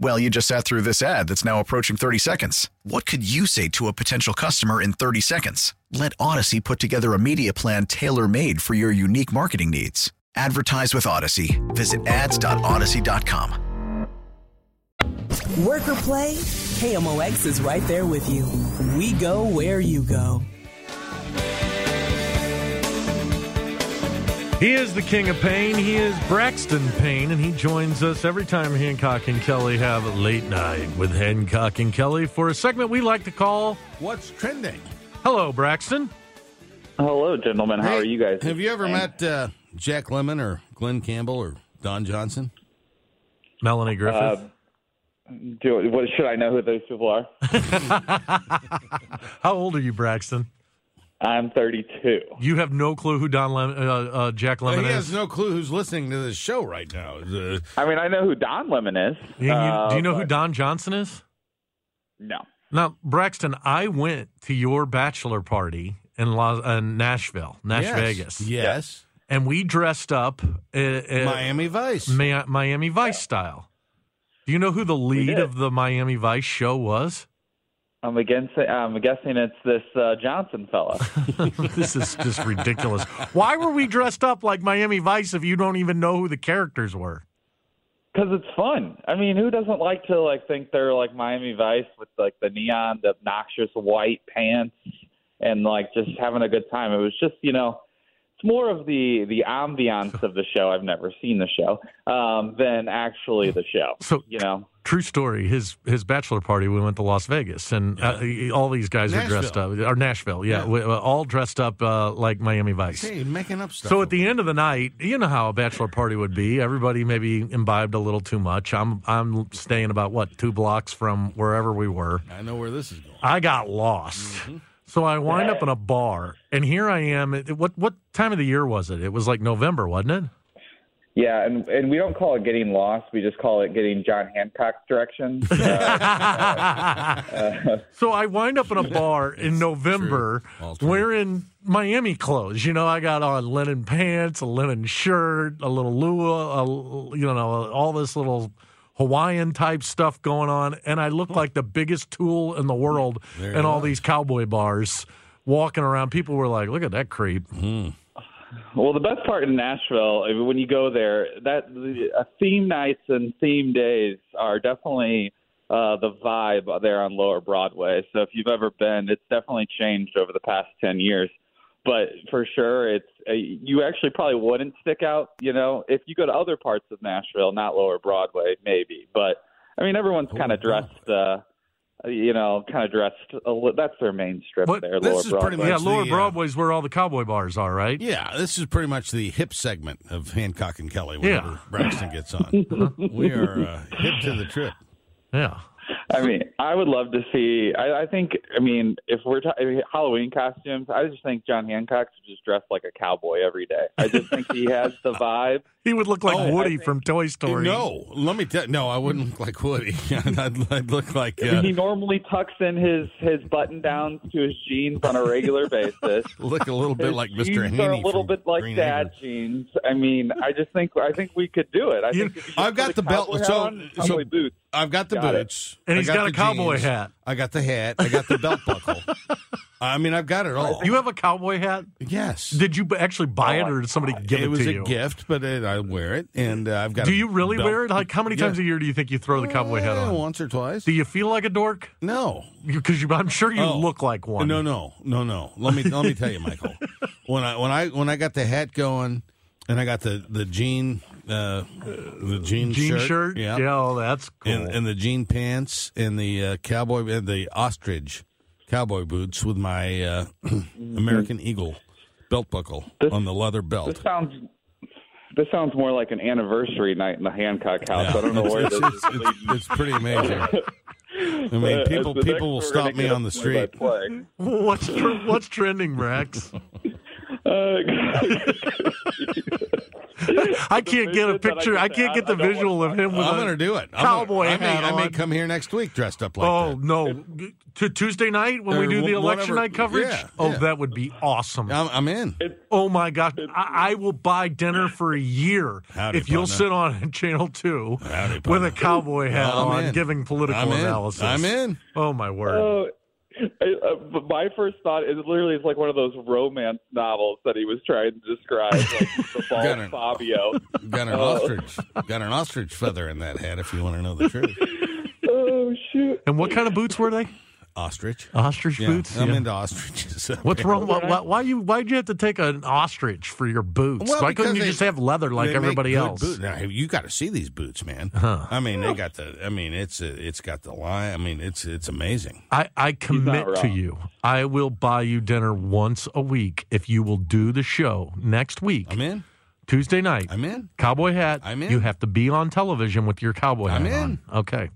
[SPEAKER 8] Well, you just sat through this ad that's now approaching 30 seconds. What could you say to a potential customer in 30 seconds? Let Odyssey put together a media plan tailor made for your unique marketing needs. Advertise with Odyssey. Visit ads.odyssey.com.
[SPEAKER 9] Work or play, KMOX is right there with you. We go where you go.
[SPEAKER 2] He is the king of pain. He is Braxton Payne, and he joins us every time Hancock and Kelly have a late night with Hancock and Kelly for a segment we like to call
[SPEAKER 3] What's trending?
[SPEAKER 2] Hello, Braxton.
[SPEAKER 10] Hello, gentlemen. How
[SPEAKER 3] Hey,
[SPEAKER 10] are you guys?
[SPEAKER 3] Have you ever met uh, Jack Lemon or Glenn Campbell or Don Johnson?
[SPEAKER 2] Melanie Griffith.
[SPEAKER 10] Uh, do, what, should I know who those people are?
[SPEAKER 2] How old are you, Braxton?
[SPEAKER 10] I'm 32.
[SPEAKER 2] You have no clue who Don Lem- uh, uh, Jack
[SPEAKER 3] Well,
[SPEAKER 2] Lemon
[SPEAKER 3] he
[SPEAKER 2] is.
[SPEAKER 3] has no clue who's listening to this show right now. Uh,
[SPEAKER 10] I mean, I know who Don Lemon is.
[SPEAKER 2] You- you-
[SPEAKER 10] Uh,
[SPEAKER 2] do you know who
[SPEAKER 10] but-
[SPEAKER 2] Don Johnson is?
[SPEAKER 10] No.
[SPEAKER 2] Now, Braxton, I went to your bachelor party in Las, uh, Nashville, Nash
[SPEAKER 3] yes.
[SPEAKER 2] Vegas,
[SPEAKER 3] Yes.
[SPEAKER 2] and we dressed up uh, uh,
[SPEAKER 3] Miami Vice.
[SPEAKER 2] Mi- Miami Vice style. Do you know who the lead
[SPEAKER 10] did.
[SPEAKER 2] of the Miami Vice show was?
[SPEAKER 10] I'm against. I'm guessing it's this uh, Johnson fella.
[SPEAKER 2] [laughs] this is just ridiculous. Why were we dressed up like Miami Vice if you don't even know who the characters were?
[SPEAKER 10] Because it's fun. I mean, who doesn't like to like think they're like Miami Vice with like the neon, the obnoxious white pants, and like just having a good time. It was just you know, it's more of the the ambiance of the show. I've never seen the show um, than actually the show.
[SPEAKER 2] So-
[SPEAKER 10] you know,
[SPEAKER 2] True story. His his bachelor party. We went to Las Vegas, and uh, he- all these guys were dressed up, or Nashville, yeah,
[SPEAKER 3] Yeah.
[SPEAKER 2] we- uh, all dressed up uh, like Miami Vice.
[SPEAKER 3] Hey, making up stuff.
[SPEAKER 2] So at the end of the night, you know how a bachelor party would be. Everybody maybe imbibed a little too much. I'm I'm staying about what two blocks from wherever we were.
[SPEAKER 3] I know where this is going.
[SPEAKER 2] I got lost. So I wind up in a bar, and here I am. It- What what time of the year was it? It was like November, wasn't it?
[SPEAKER 10] yeah, and and we don't call it getting lost. We just call it getting John Hancock directions.
[SPEAKER 2] so I wind up in a bar in November
[SPEAKER 3] All true.
[SPEAKER 2] wearing Miami clothes. You know, I got on linen pants, a linen shirt, a little lua, a, l- you know, all this little Hawaiian type stuff going on. And I look like the biggest tool in the world in all these cowboy bars walking around. People were like, look at that creep.
[SPEAKER 10] Well, the best part in Nashville, I mean, when you go there, that the, uh, theme nights and theme days are definitely uh, the vibe there on Lower Broadway. So if you've ever been, it's definitely changed over the past ten years. But for sure, it's uh, you actually probably wouldn't stick out, you know, if you go to other parts of Nashville, not Lower Broadway, maybe. But I mean, everyone's kind of dressed, uh, you know, kind of dressed. A li- that's their main strip
[SPEAKER 2] What-
[SPEAKER 10] there,
[SPEAKER 3] this
[SPEAKER 10] Lower
[SPEAKER 3] is pretty
[SPEAKER 10] Broadway.
[SPEAKER 3] much
[SPEAKER 2] yeah,
[SPEAKER 3] the,
[SPEAKER 2] Lower
[SPEAKER 3] uh,
[SPEAKER 2] Broadway's where all the cowboy bars are, right?
[SPEAKER 3] Yeah, this is pretty much the hip segment of Hancock and Kelly whenever
[SPEAKER 2] Yeah.
[SPEAKER 3] Braxton gets on. we are uh, hip to the trip.
[SPEAKER 2] Yeah.
[SPEAKER 10] I mean, I would love to see. I, I think. I mean, if we're ta- I mean, Halloween costumes, I just think John Hancock's just dressed like a cowboy every day. I just think he has the vibe.
[SPEAKER 2] [laughs] He would look like
[SPEAKER 3] Oh, I
[SPEAKER 2] Woody from Toy Story.
[SPEAKER 3] No, let me tell. No, I wouldn't look like Woody. [laughs] I'd, I'd look like
[SPEAKER 10] I mean,
[SPEAKER 3] uh,
[SPEAKER 10] he normally tucks in his his button downs to his jeans on a regular basis.
[SPEAKER 3] look a little bit
[SPEAKER 10] His
[SPEAKER 3] like Mr.
[SPEAKER 10] jeans are a
[SPEAKER 3] Haney
[SPEAKER 10] little
[SPEAKER 3] from
[SPEAKER 10] bit like
[SPEAKER 3] Green
[SPEAKER 10] dad
[SPEAKER 3] Acres.
[SPEAKER 10] jeans. I mean, I just think I think we could do it. I
[SPEAKER 2] You-
[SPEAKER 10] think if you just
[SPEAKER 3] I've got
[SPEAKER 10] put
[SPEAKER 3] the
[SPEAKER 10] a
[SPEAKER 3] belt.
[SPEAKER 10] cowboy hat
[SPEAKER 3] So,
[SPEAKER 10] on and
[SPEAKER 3] so
[SPEAKER 10] cowboy boots.
[SPEAKER 3] I've got the
[SPEAKER 10] Got it.
[SPEAKER 3] boots,
[SPEAKER 2] And
[SPEAKER 3] I
[SPEAKER 2] he's got a
[SPEAKER 3] the
[SPEAKER 2] cowboy
[SPEAKER 3] jeans,
[SPEAKER 2] hat.
[SPEAKER 3] I got the hat. I got the belt buckle. I mean, I've got it all.
[SPEAKER 2] You have a cowboy hat?
[SPEAKER 3] yes,
[SPEAKER 2] Did you b- actually
[SPEAKER 10] Oh
[SPEAKER 2] buy it, or did somebody give it,
[SPEAKER 3] it was
[SPEAKER 2] to
[SPEAKER 3] a
[SPEAKER 2] you?
[SPEAKER 3] gift, but it, I wear it, and uh, I've got.
[SPEAKER 2] Do
[SPEAKER 3] a
[SPEAKER 2] you really
[SPEAKER 3] belt.
[SPEAKER 2] wear it? Like, how many times
[SPEAKER 3] Yeah.
[SPEAKER 2] a year do you think you throw the cowboy hat
[SPEAKER 3] Eh,
[SPEAKER 2] on?
[SPEAKER 3] Once or twice.
[SPEAKER 2] Do you feel like a dork?
[SPEAKER 3] no,
[SPEAKER 2] Because you, I'm sure you
[SPEAKER 3] Oh.
[SPEAKER 2] look like one.
[SPEAKER 3] No, no, no, no. Let me let me tell you,
[SPEAKER 2] [laughs]
[SPEAKER 3] Michael. When I when I when I got the hat going, and I got the the jean uh, the jean
[SPEAKER 2] Jean shirt,
[SPEAKER 3] yeah,
[SPEAKER 2] oh, that's cool.
[SPEAKER 3] And, and the jean pants and the uh, cowboy and the ostrich cowboy boots with my [clears throat] uh, American Eagle belt buckle on the leather
[SPEAKER 10] This
[SPEAKER 3] belt.
[SPEAKER 10] sounds This sounds more like an anniversary night in the Hancock house. I don't know
[SPEAKER 3] [laughs]
[SPEAKER 10] where
[SPEAKER 3] it's,
[SPEAKER 10] this
[SPEAKER 3] it's, it's, it's pretty amazing. I mean,
[SPEAKER 10] Uh,
[SPEAKER 3] people
[SPEAKER 10] it's the
[SPEAKER 3] people will
[SPEAKER 10] next we're
[SPEAKER 3] stop
[SPEAKER 10] gonna
[SPEAKER 3] me
[SPEAKER 10] get
[SPEAKER 3] on the
[SPEAKER 10] a
[SPEAKER 3] street. [laughs]
[SPEAKER 10] play-by-play.
[SPEAKER 2] What's tr- what's trending, [laughs] Rex? Uh, [laughs] I can't get a picture. I can't get the visual of him with
[SPEAKER 3] I'm
[SPEAKER 2] a
[SPEAKER 3] gonna do it. I'm gonna-
[SPEAKER 2] cowboy
[SPEAKER 3] I may,
[SPEAKER 2] hat
[SPEAKER 3] I may
[SPEAKER 2] on.
[SPEAKER 3] come here next week dressed up like
[SPEAKER 2] oh no! To Tuesday night when
[SPEAKER 3] Or
[SPEAKER 2] we do the
[SPEAKER 3] wh- whatever.
[SPEAKER 2] election night coverage.
[SPEAKER 3] Yeah,
[SPEAKER 2] oh,
[SPEAKER 3] yeah.
[SPEAKER 2] that would be awesome.
[SPEAKER 3] that. I'm, I'm in.
[SPEAKER 2] oh my gosh! I, I will buy dinner for a year
[SPEAKER 3] Howdy,
[SPEAKER 2] if you'll
[SPEAKER 3] partner.
[SPEAKER 2] sit on [laughs] Channel Two
[SPEAKER 3] Howdy,
[SPEAKER 2] with
[SPEAKER 3] partner.
[SPEAKER 2] a cowboy hat
[SPEAKER 3] I'm
[SPEAKER 2] on,
[SPEAKER 3] in.
[SPEAKER 2] giving political
[SPEAKER 3] I'm in.
[SPEAKER 2] analysis.
[SPEAKER 3] I'm in.
[SPEAKER 2] Oh my word!
[SPEAKER 10] Oh, I- uh, but my first thought is literally it's like one of those romance novels that he was trying to describe,
[SPEAKER 3] [laughs]
[SPEAKER 10] like the
[SPEAKER 3] Gunner.
[SPEAKER 10] bald
[SPEAKER 3] [laughs]
[SPEAKER 10] Fabio.
[SPEAKER 3] Got an
[SPEAKER 10] Oh.
[SPEAKER 3] ostrich. Got an ostrich feather in that hat. If you want to know the truth,
[SPEAKER 10] Oh shoot!
[SPEAKER 2] and what kind of boots were they?
[SPEAKER 3] ostrich.
[SPEAKER 2] Ostrich
[SPEAKER 3] Yeah,
[SPEAKER 2] boots.
[SPEAKER 3] I'm
[SPEAKER 2] Yeah.
[SPEAKER 3] into ostriches. [laughs]
[SPEAKER 2] What's wrong? Why, why, why you? Why'd you have to take an ostrich for your boots?
[SPEAKER 3] Well,
[SPEAKER 2] why couldn't
[SPEAKER 3] because
[SPEAKER 2] you
[SPEAKER 3] they-
[SPEAKER 2] just have leather like
[SPEAKER 3] They make
[SPEAKER 2] everybody
[SPEAKER 3] good
[SPEAKER 2] else?
[SPEAKER 3] boot- Now, you got to see these boots, man. I mean, they got the. I mean, it's a, it's got the line. I mean, it's it's amazing.
[SPEAKER 2] I, I commit to
[SPEAKER 10] wrong.
[SPEAKER 2] you. I will buy you dinner once a week if you will do the show next week,
[SPEAKER 3] I'm in.
[SPEAKER 2] Tuesday night.
[SPEAKER 3] I'm in.
[SPEAKER 2] Cowboy hat.
[SPEAKER 3] I'm in.
[SPEAKER 2] You have to be on television with your cowboy
[SPEAKER 3] I'm
[SPEAKER 2] hat on. Okay.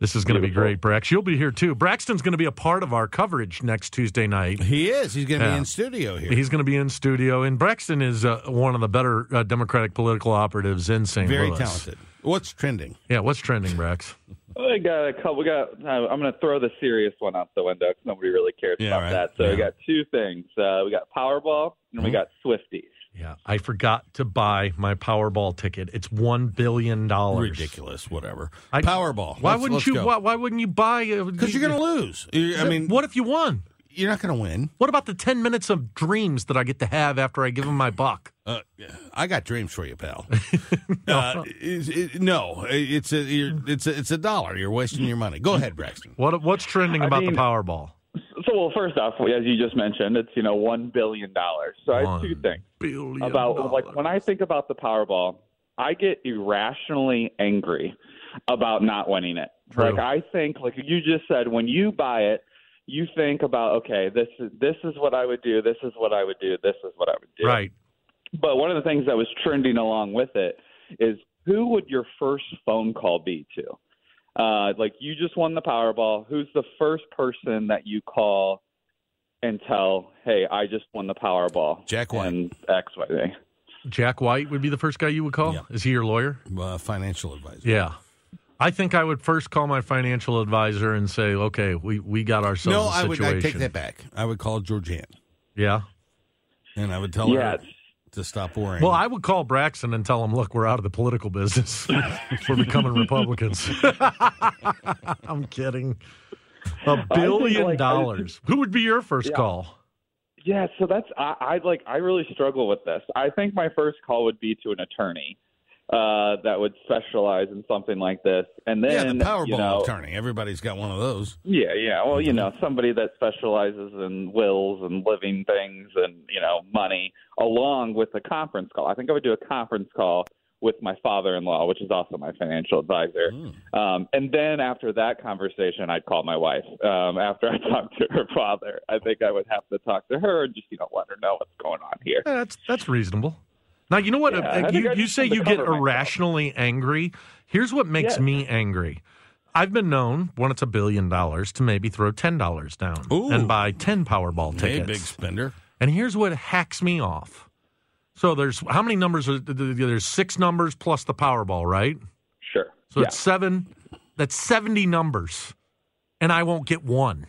[SPEAKER 2] This is going to be great, Brax. You'll be here too. Braxton's going to be a part of our coverage next Tuesday night.
[SPEAKER 3] He is. He's going to
[SPEAKER 2] Yeah.
[SPEAKER 3] be in studio here.
[SPEAKER 2] He's going to be in studio, and Braxton is uh, one of the better uh, Democratic political operatives in St.
[SPEAKER 3] very
[SPEAKER 2] Louis.
[SPEAKER 3] talented. What's trending?
[SPEAKER 2] Yeah, what's trending, Brax?
[SPEAKER 10] Oh, I got a couple. We got. uh, I'm going to throw the serious one out the window because nobody really cares
[SPEAKER 3] Yeah,
[SPEAKER 10] about
[SPEAKER 3] right.
[SPEAKER 10] that. So
[SPEAKER 3] Yeah. Mm-hmm.
[SPEAKER 10] we got two things. Uh, we got Powerball and we got Swifties.
[SPEAKER 2] Yeah, I forgot to buy my Powerball ticket. It's one billion dollars.
[SPEAKER 3] Ridiculous. Whatever.
[SPEAKER 2] I-
[SPEAKER 3] Powerball.
[SPEAKER 2] Why
[SPEAKER 3] Let's-
[SPEAKER 2] wouldn't
[SPEAKER 3] let's
[SPEAKER 2] you?
[SPEAKER 3] go.
[SPEAKER 2] Why, why wouldn't you buy?
[SPEAKER 3] Because you're going to lose. You- I mean,
[SPEAKER 2] what if you won?
[SPEAKER 3] you're not going to win.
[SPEAKER 2] What about the ten minutes of dreams that I get to have after I give him my buck?
[SPEAKER 3] Uh, I got dreams for you,
[SPEAKER 2] [laughs]
[SPEAKER 3] pal. uh, it, it- no, it's a you're, it's a, it's a dollar. You're wasting your money. Go ahead,
[SPEAKER 2] [laughs]
[SPEAKER 3] Braxton.
[SPEAKER 2] What What's trending
[SPEAKER 10] I
[SPEAKER 2] about
[SPEAKER 10] mean-
[SPEAKER 2] the Powerball?
[SPEAKER 10] So well, first off, as you just mentioned, it's you know one billion dollars. So I have two
[SPEAKER 2] One
[SPEAKER 10] things.
[SPEAKER 2] Billion
[SPEAKER 10] about
[SPEAKER 2] dollars.
[SPEAKER 10] like when I think about the Powerball, I get irrationally angry about not winning it.
[SPEAKER 2] True.
[SPEAKER 10] Like I think, like you just said, when you buy it, you think about okay, this is this is what I would do, this is what I would do, this is what I would do.
[SPEAKER 2] right.
[SPEAKER 10] But one of the things that was trending along with it is who would your first phone call be to? Uh, like you just won the Powerball. Who's the first person that you call and tell, "Hey, I just won the Powerball"?
[SPEAKER 3] Jack White.
[SPEAKER 10] and X Y Z.
[SPEAKER 2] Jack White would be the first guy you would call.
[SPEAKER 3] Yeah.
[SPEAKER 2] Is he your lawyer?
[SPEAKER 3] Uh, financial advisor.
[SPEAKER 2] Yeah. I think I would first call my financial advisor and say, "Okay, we, we got ourselves
[SPEAKER 3] No,
[SPEAKER 2] a
[SPEAKER 3] I would.
[SPEAKER 2] situation."
[SPEAKER 3] I take that back. I would call Georgianne
[SPEAKER 2] Yeah.
[SPEAKER 3] and I would tell
[SPEAKER 10] Yeah,
[SPEAKER 3] her
[SPEAKER 10] it's-
[SPEAKER 3] to stop worrying.
[SPEAKER 2] Well, I would call Braxton and tell him, "Look, we're out of the political business. [laughs] we're
[SPEAKER 10] [laughs]
[SPEAKER 2] becoming Republicans." I'm kidding. A billion
[SPEAKER 10] like, I-
[SPEAKER 2] dollars. Who would be your first call?
[SPEAKER 10] Yeah, so that's I, I like I really struggle with this. I think my first call would be to an attorney uh, that would specialize in something like this, and
[SPEAKER 3] yeah,
[SPEAKER 10] then
[SPEAKER 3] the Powerball
[SPEAKER 10] you know,
[SPEAKER 3] attorney. Everybody's got one of those.
[SPEAKER 10] Yeah, yeah. Well,
[SPEAKER 2] Mm-hmm.
[SPEAKER 10] you know, somebody that specializes in wills and living things and you know money, along with a conference call. I think I would do a conference call with my father-in-law, which is also my financial advisor.
[SPEAKER 2] Mm.
[SPEAKER 10] Um, and then after that conversation, I'd call my wife. Um, after I [laughs] talked to her father, I think I would have to talk to her and just you know let her know what's going on here.
[SPEAKER 2] Yeah, that's that's reasonable. Now you know what?
[SPEAKER 10] Yeah,
[SPEAKER 2] uh,
[SPEAKER 10] I think
[SPEAKER 2] you
[SPEAKER 10] I
[SPEAKER 2] you
[SPEAKER 10] just
[SPEAKER 2] say
[SPEAKER 10] had to
[SPEAKER 2] you get
[SPEAKER 10] cover myself.
[SPEAKER 2] irrationally angry. Here's what makes
[SPEAKER 10] Yes.
[SPEAKER 2] me angry. I've been known when it's a billion dollars to maybe throw ten dollars down
[SPEAKER 3] Ooh.
[SPEAKER 2] and buy ten Powerball
[SPEAKER 3] Hey,
[SPEAKER 2] tickets.
[SPEAKER 3] big spender.
[SPEAKER 2] And here's what hacks me off. So there's how many numbers? Are, th- th- there's six numbers plus the Powerball, right?
[SPEAKER 10] Sure.
[SPEAKER 2] So
[SPEAKER 10] yeah.
[SPEAKER 2] it's seven. That's seventy numbers, and I won't get one.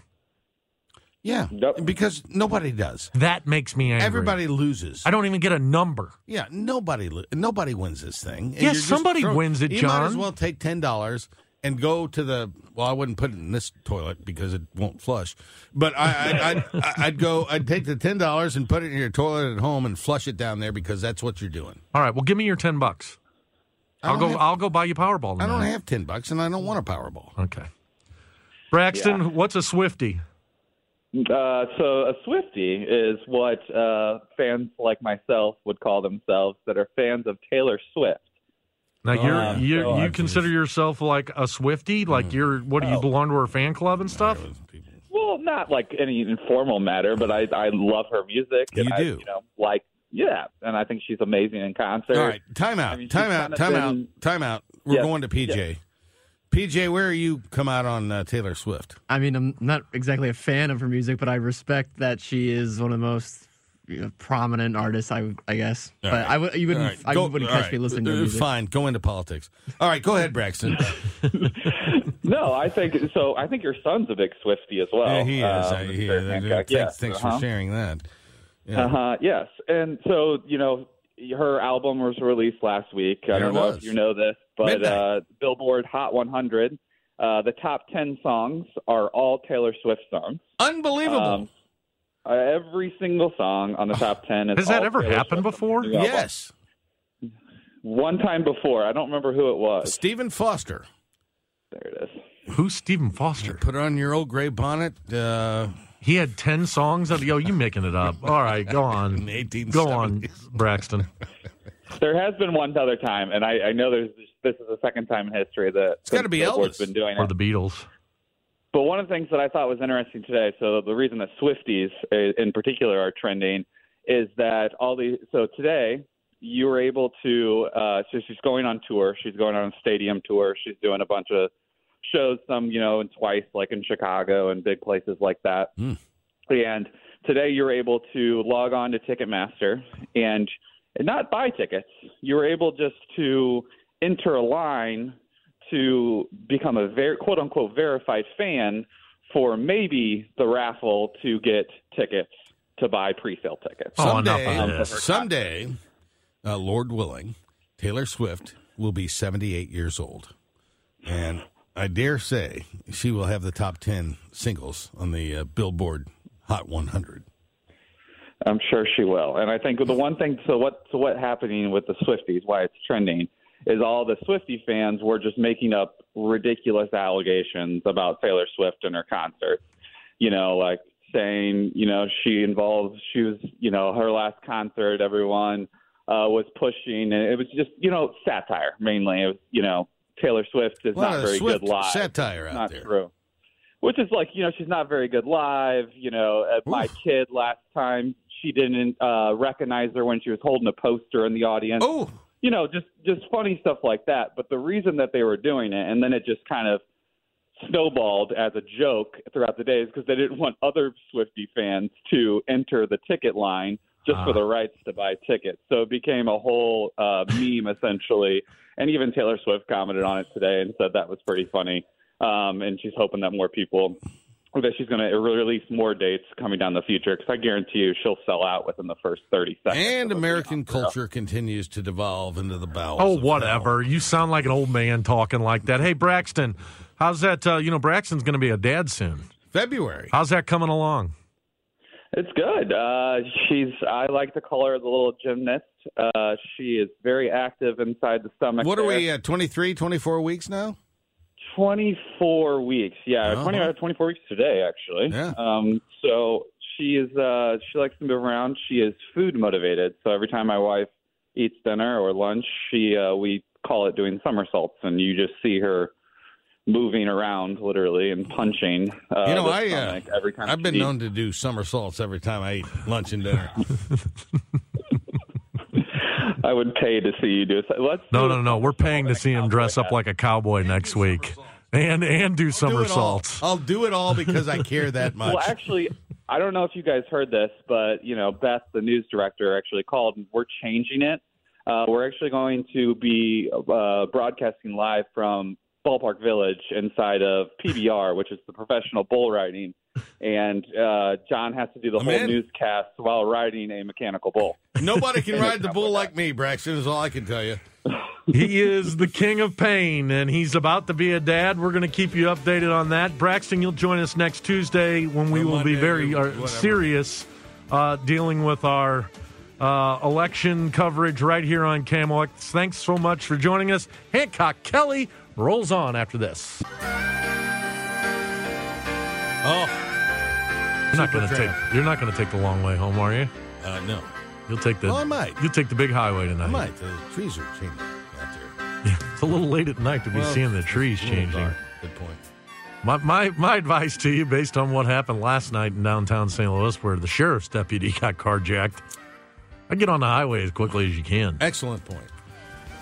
[SPEAKER 3] Yeah,
[SPEAKER 10] Nope.
[SPEAKER 3] because nobody does.
[SPEAKER 2] That makes me angry.
[SPEAKER 3] Everybody loses.
[SPEAKER 2] I don't even get a number.
[SPEAKER 3] Yeah, nobody lo- nobody wins this thing. And
[SPEAKER 2] Yeah,
[SPEAKER 3] you're just
[SPEAKER 2] somebody wins it,
[SPEAKER 3] You might as
[SPEAKER 2] John.
[SPEAKER 3] well take ten dollars and go to the. Well, I wouldn't put it in this toilet because it won't flush. But I, I, I'd,
[SPEAKER 2] [laughs]
[SPEAKER 3] I- I'd go. I'd take the ten dollars and put it in your toilet at home and flush it down there because that's what you're doing.
[SPEAKER 2] All right. Well, give me your ten bucks.
[SPEAKER 3] I
[SPEAKER 2] I'll
[SPEAKER 3] don't
[SPEAKER 2] go.
[SPEAKER 3] have-
[SPEAKER 2] I'll go buy you Powerball.
[SPEAKER 3] I don't
[SPEAKER 2] tonight.
[SPEAKER 3] have ten bucks and I don't want a Powerball.
[SPEAKER 2] Okay. Braxton, what's a Swifty?
[SPEAKER 10] Uh, so a Swifty is what uh, fans like myself would call themselves that are fans of Taylor Swift.
[SPEAKER 2] Now you're,
[SPEAKER 3] Oh,
[SPEAKER 2] you're
[SPEAKER 3] God,
[SPEAKER 2] you consider
[SPEAKER 3] geez.
[SPEAKER 2] yourself like a Swifty? Like you're what do you belong to her fan club and stuff?
[SPEAKER 10] Well, not like any informal matter, but I I love her music. and
[SPEAKER 3] You
[SPEAKER 10] I,
[SPEAKER 3] do.
[SPEAKER 10] You know, like yeah, and I think she's amazing in concert.
[SPEAKER 3] All right, time out,
[SPEAKER 10] I mean, she's
[SPEAKER 3] time out,
[SPEAKER 10] kinda
[SPEAKER 3] time out,
[SPEAKER 10] been-
[SPEAKER 3] time out. We're
[SPEAKER 10] Yeah,
[SPEAKER 3] going to PJ. PJ, where are you come out on uh, Taylor Swift?
[SPEAKER 11] I mean, I'm not exactly a fan of her music, but I respect that she is one of the most you know, prominent artists. I, would- I guess,
[SPEAKER 3] All
[SPEAKER 11] but
[SPEAKER 3] right.
[SPEAKER 11] I would you
[SPEAKER 3] All
[SPEAKER 11] wouldn't
[SPEAKER 3] right,
[SPEAKER 11] I
[SPEAKER 3] go-
[SPEAKER 11] wouldn't
[SPEAKER 3] all
[SPEAKER 11] catch me
[SPEAKER 3] right,
[SPEAKER 11] listening to
[SPEAKER 3] uh,
[SPEAKER 11] her music.
[SPEAKER 3] Fine, go into politics. All right, go ahead,
[SPEAKER 10] [laughs]
[SPEAKER 3] Braxton.
[SPEAKER 10] No, I think so. I think your son's a big Swifty as well.
[SPEAKER 3] yeah, he is. uh,
[SPEAKER 10] um,
[SPEAKER 3] I-
[SPEAKER 10] Mr.
[SPEAKER 3] he-
[SPEAKER 10] Hancock.
[SPEAKER 3] thanks
[SPEAKER 10] Yes,
[SPEAKER 3] thanks
[SPEAKER 10] uh-huh.
[SPEAKER 3] for sharing that. Yeah.
[SPEAKER 10] Uh-huh, yes. And so, you know, her album was released last week.
[SPEAKER 3] Yeah,
[SPEAKER 10] I
[SPEAKER 3] it
[SPEAKER 10] don't know
[SPEAKER 3] was.
[SPEAKER 10] if you know this, but uh, Billboard Hot 100, uh, the top 10 songs are all Taylor Swift songs.
[SPEAKER 3] Unbelievable.
[SPEAKER 10] Um, uh, every single song on the top 10 is
[SPEAKER 2] Has that
[SPEAKER 10] all
[SPEAKER 2] ever
[SPEAKER 10] Taylor
[SPEAKER 2] happened before?
[SPEAKER 10] Swift. One time before. I don't remember who it was.
[SPEAKER 3] Stephen Foster.
[SPEAKER 10] There it is.
[SPEAKER 2] Who's Stephen Foster?
[SPEAKER 3] Put on your old gray bonnet. Uh,
[SPEAKER 2] he had ten songs. Of, yo, you making it up? All right, go on. Go on, Braxton.
[SPEAKER 10] There has been one other time, and I, I know there's this is the second time in history that it's
[SPEAKER 3] gotta be
[SPEAKER 10] Billboard's
[SPEAKER 3] Elvis.
[SPEAKER 10] been doing
[SPEAKER 2] Or
[SPEAKER 10] it.
[SPEAKER 2] the Beatles.
[SPEAKER 10] But one of the things that I thought was interesting today, so the reason that Swifties uh, in particular are trending is that all the so today you were able to uh, so she's going on tour, she's going on a stadium tour, she's doing a bunch of shows, some you know, and twice like in Chicago and big places like that.
[SPEAKER 3] Mm.
[SPEAKER 10] And today you were able to log on to Ticketmaster and not buy tickets. You were able just to enter a line to become a ver- quote unquote verified fan for maybe the raffle to get tickets to buy pre-sale tickets.
[SPEAKER 2] Oh, enough
[SPEAKER 3] someday,
[SPEAKER 2] of this.
[SPEAKER 3] someday uh, Lord willing, Taylor Swift will be 78 years old. And I dare say she will have the top 10 singles on the uh, Billboard Hot 100.
[SPEAKER 10] I'm sure she will. And I think the one thing so what so what happening with the Swifties, why it's trending, is all the Swifty fans were just making up ridiculous allegations about Taylor Swift and her concerts. You know, like saying, you know, she involves she was, you know, her last concert everyone uh was pushing and it was just, you know, satire mainly. It was, you know, Taylor Swift is
[SPEAKER 3] A lot
[SPEAKER 10] not
[SPEAKER 3] of
[SPEAKER 10] very
[SPEAKER 3] Swift
[SPEAKER 10] good live.
[SPEAKER 3] satire out
[SPEAKER 10] not
[SPEAKER 3] there.
[SPEAKER 10] true. Which is like, you know, she's not very good live. You know, at my kid last time, she didn't uh, recognize her when she was holding a poster in the audience.
[SPEAKER 3] Oh,
[SPEAKER 10] You know, just just funny stuff like that. But the reason that they were doing it, and then it just kind of snowballed as a joke throughout the day, is because they didn't want other Swifty fans to enter the ticket line just
[SPEAKER 2] Ah.
[SPEAKER 10] for the rights to buy tickets. So it became a whole uh, meme essentially. And even Taylor Swift commented on it today and said that was pretty funny. Um, and she's hoping that more people that she's going to release more dates coming down the future because I guarantee you she'll sell out within the first thirty seconds.
[SPEAKER 3] and American culture continues to devolve into the bowels.
[SPEAKER 2] Oh,
[SPEAKER 3] of
[SPEAKER 2] whatever. You sound like an old man talking like that. Hey, Braxton, how's that? Uh, you know, Braxton's going to be a dad soon.
[SPEAKER 3] February.
[SPEAKER 2] How's that coming along?
[SPEAKER 10] It's good. Uh, she's I like to call her the little gymnast. Uh, she is very active inside the stomach.
[SPEAKER 3] What are
[SPEAKER 10] there.
[SPEAKER 3] we uh, at, 23, 24 weeks now?
[SPEAKER 10] 24 weeks. Yeah,
[SPEAKER 3] Uh-huh.
[SPEAKER 10] 20 or 24 weeks today, actually.
[SPEAKER 3] Yeah.
[SPEAKER 10] Um, so she is. Uh, she likes to move around. She is food motivated. So every time my wife eats dinner or lunch, she uh, we call it doing somersaults, and you just see her moving around literally and punching. Uh,
[SPEAKER 3] you know,
[SPEAKER 10] the
[SPEAKER 3] I, uh,
[SPEAKER 10] stomach every time
[SPEAKER 3] I've
[SPEAKER 10] she
[SPEAKER 3] been
[SPEAKER 10] eats.
[SPEAKER 3] known to do somersaults every time I eat lunch and dinner.
[SPEAKER 10] I would pay to see you do. So let's
[SPEAKER 2] No,
[SPEAKER 10] do
[SPEAKER 2] no, no. We're paying to see him dress up like a cowboy next week and and do [laughs] somersaults.
[SPEAKER 3] I'll do it all because I care that much.
[SPEAKER 10] Well, actually, I don't know if you guys heard this, but you know, Beth, the news director, actually called. and We're changing it. Uh, we're actually going to be uh, broadcasting live from Ballpark Village inside of PBR, which is the professional bull riding. And uh, John has to do the
[SPEAKER 3] I'm
[SPEAKER 10] whole
[SPEAKER 3] in.
[SPEAKER 10] newscast while riding a mechanical bull.
[SPEAKER 3] Nobody
[SPEAKER 2] [laughs]
[SPEAKER 3] can ride the bull like me, Braxton, is all I can tell you.
[SPEAKER 2] He is the king of pain, and he's about to be a dad. We're going to keep you updated on that. Braxton, you'll join us next Tuesday when we
[SPEAKER 3] Or
[SPEAKER 2] will be
[SPEAKER 3] Monday,
[SPEAKER 2] very
[SPEAKER 3] or
[SPEAKER 2] uh,
[SPEAKER 3] whatever.
[SPEAKER 2] serious uh, dealing with our uh, election coverage right here on Camel X. Thanks so much for joining us. Hancock Kelly rolls on after this.
[SPEAKER 3] Oh,
[SPEAKER 2] You're not going to take. You're not going to take the long way home, are you?
[SPEAKER 3] uh, no.
[SPEAKER 2] You'll take the.
[SPEAKER 3] Well, I might.
[SPEAKER 2] You'll take the big highway tonight.
[SPEAKER 3] I might. The trees are changing out there.
[SPEAKER 2] It's a little late at night to be
[SPEAKER 3] Well,
[SPEAKER 2] seeing the
[SPEAKER 3] it's
[SPEAKER 2] trees
[SPEAKER 3] a little
[SPEAKER 2] changing.
[SPEAKER 3] dark. Good point.
[SPEAKER 2] My, my my advice to you, based [laughs] on what happened last night in downtown St. Louis, where the sheriff's deputy got carjacked, I get on the highway as quickly as you can.
[SPEAKER 3] Excellent point.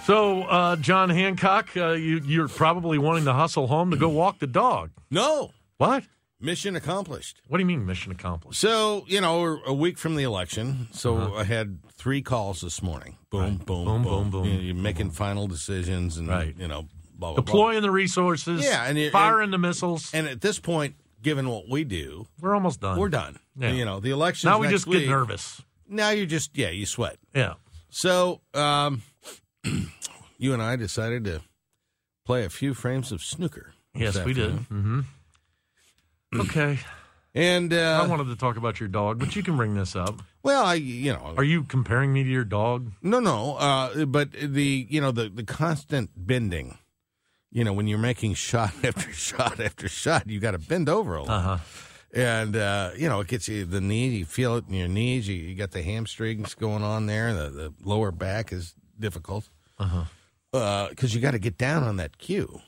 [SPEAKER 2] So, uh, John Hancock, uh, you, you're probably wanting to hustle home to go walk the dog.
[SPEAKER 3] No.
[SPEAKER 2] What?
[SPEAKER 3] Mission accomplished.
[SPEAKER 2] What do you mean mission accomplished?
[SPEAKER 3] So, you know, we're a week from the election. So I had three calls this morning. Boom, boom, boom,
[SPEAKER 2] Uh-huh. Boom,
[SPEAKER 3] boom,
[SPEAKER 2] boom, boom.
[SPEAKER 3] You are making final decisions and,
[SPEAKER 2] Right.
[SPEAKER 3] you know, blah, blah, blah.
[SPEAKER 2] Deploying the resources,
[SPEAKER 3] Yeah, and you-
[SPEAKER 2] firing the missiles.
[SPEAKER 3] And at this point, given what we do,
[SPEAKER 2] We're almost done.
[SPEAKER 3] we're done.
[SPEAKER 2] Yeah.
[SPEAKER 3] You know, the election.
[SPEAKER 2] Now we just get nervous.
[SPEAKER 3] Now you just, yeah, you sweat.
[SPEAKER 2] Yeah.
[SPEAKER 3] So, um, [clears throat] you and I decided to play a few frames of snooker. this
[SPEAKER 2] Yes, we did.
[SPEAKER 3] afternoon.
[SPEAKER 2] hmm Okay.
[SPEAKER 3] And uh,
[SPEAKER 2] I wanted to talk about your dog, but you can bring this up.
[SPEAKER 3] well, I, you know,
[SPEAKER 2] Are you comparing me to your dog?
[SPEAKER 3] No, no. Uh, but the you know the the constant bending. You know when you're making [laughs] shot after shot after shot, you got to bend over a lot.
[SPEAKER 2] huh.
[SPEAKER 3] And uh, you know it gets you the knee. You feel it in your knees. You, you got the hamstrings going on there. The, the lower back is difficult
[SPEAKER 2] Uh huh.
[SPEAKER 3] because you got to get down on that cue.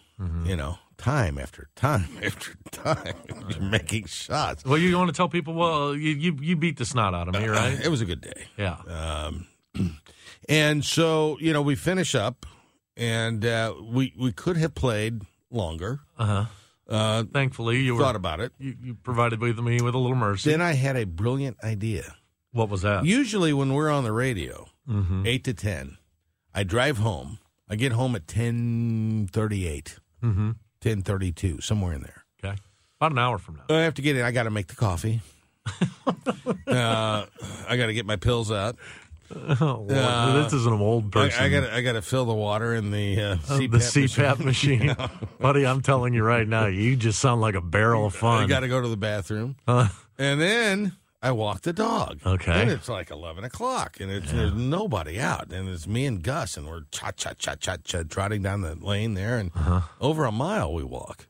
[SPEAKER 3] You know, time after time [laughs] after time, you're making shots.
[SPEAKER 2] Well, you want to tell people, well, you, you, you beat the snot out of me, right?
[SPEAKER 3] Uh, It was a good day.
[SPEAKER 2] Yeah.
[SPEAKER 3] Um, and so you know we finish up, and uh, we we could have played longer.
[SPEAKER 2] Uh huh.
[SPEAKER 3] Uh,
[SPEAKER 2] Thankfully, you
[SPEAKER 3] thought
[SPEAKER 2] were
[SPEAKER 3] about it.
[SPEAKER 2] you, you provided with me with a little mercy.
[SPEAKER 3] Then I had a brilliant idea.
[SPEAKER 2] what was that?
[SPEAKER 3] Usually when we're on the radio,
[SPEAKER 2] Mm-hmm.
[SPEAKER 3] eight to ten, I drive home. I get home at 1038,
[SPEAKER 2] mm-hmm.
[SPEAKER 3] 1032, somewhere in there.
[SPEAKER 2] Okay. About an hour from now.
[SPEAKER 3] [laughs] I have to get in. I got to make the
[SPEAKER 2] [laughs]
[SPEAKER 3] coffee. uh, I got to get my pills out.
[SPEAKER 2] Oh, Lord,
[SPEAKER 3] Uh,
[SPEAKER 2] this is an old
[SPEAKER 3] I,
[SPEAKER 2] person.
[SPEAKER 3] I got I got to fill the water in the uh,
[SPEAKER 2] Uh,
[SPEAKER 3] CPAP
[SPEAKER 2] [laughs] the CPAP [laughs] machine.
[SPEAKER 3] [laughs]
[SPEAKER 2] Buddy, I'm telling you right now, you just sound like a barrel of
[SPEAKER 3] I
[SPEAKER 2] fun.
[SPEAKER 3] got to go to the bathroom,
[SPEAKER 2] Huh?
[SPEAKER 3] and then I walk the dog.
[SPEAKER 2] Okay.
[SPEAKER 3] and it's like eleven o'clock, and it's, there's nobody out, and it's me and Gus, and we're cha cha cha cha cha trotting down the lane there, and
[SPEAKER 2] Uh-huh.
[SPEAKER 3] over a mile we walk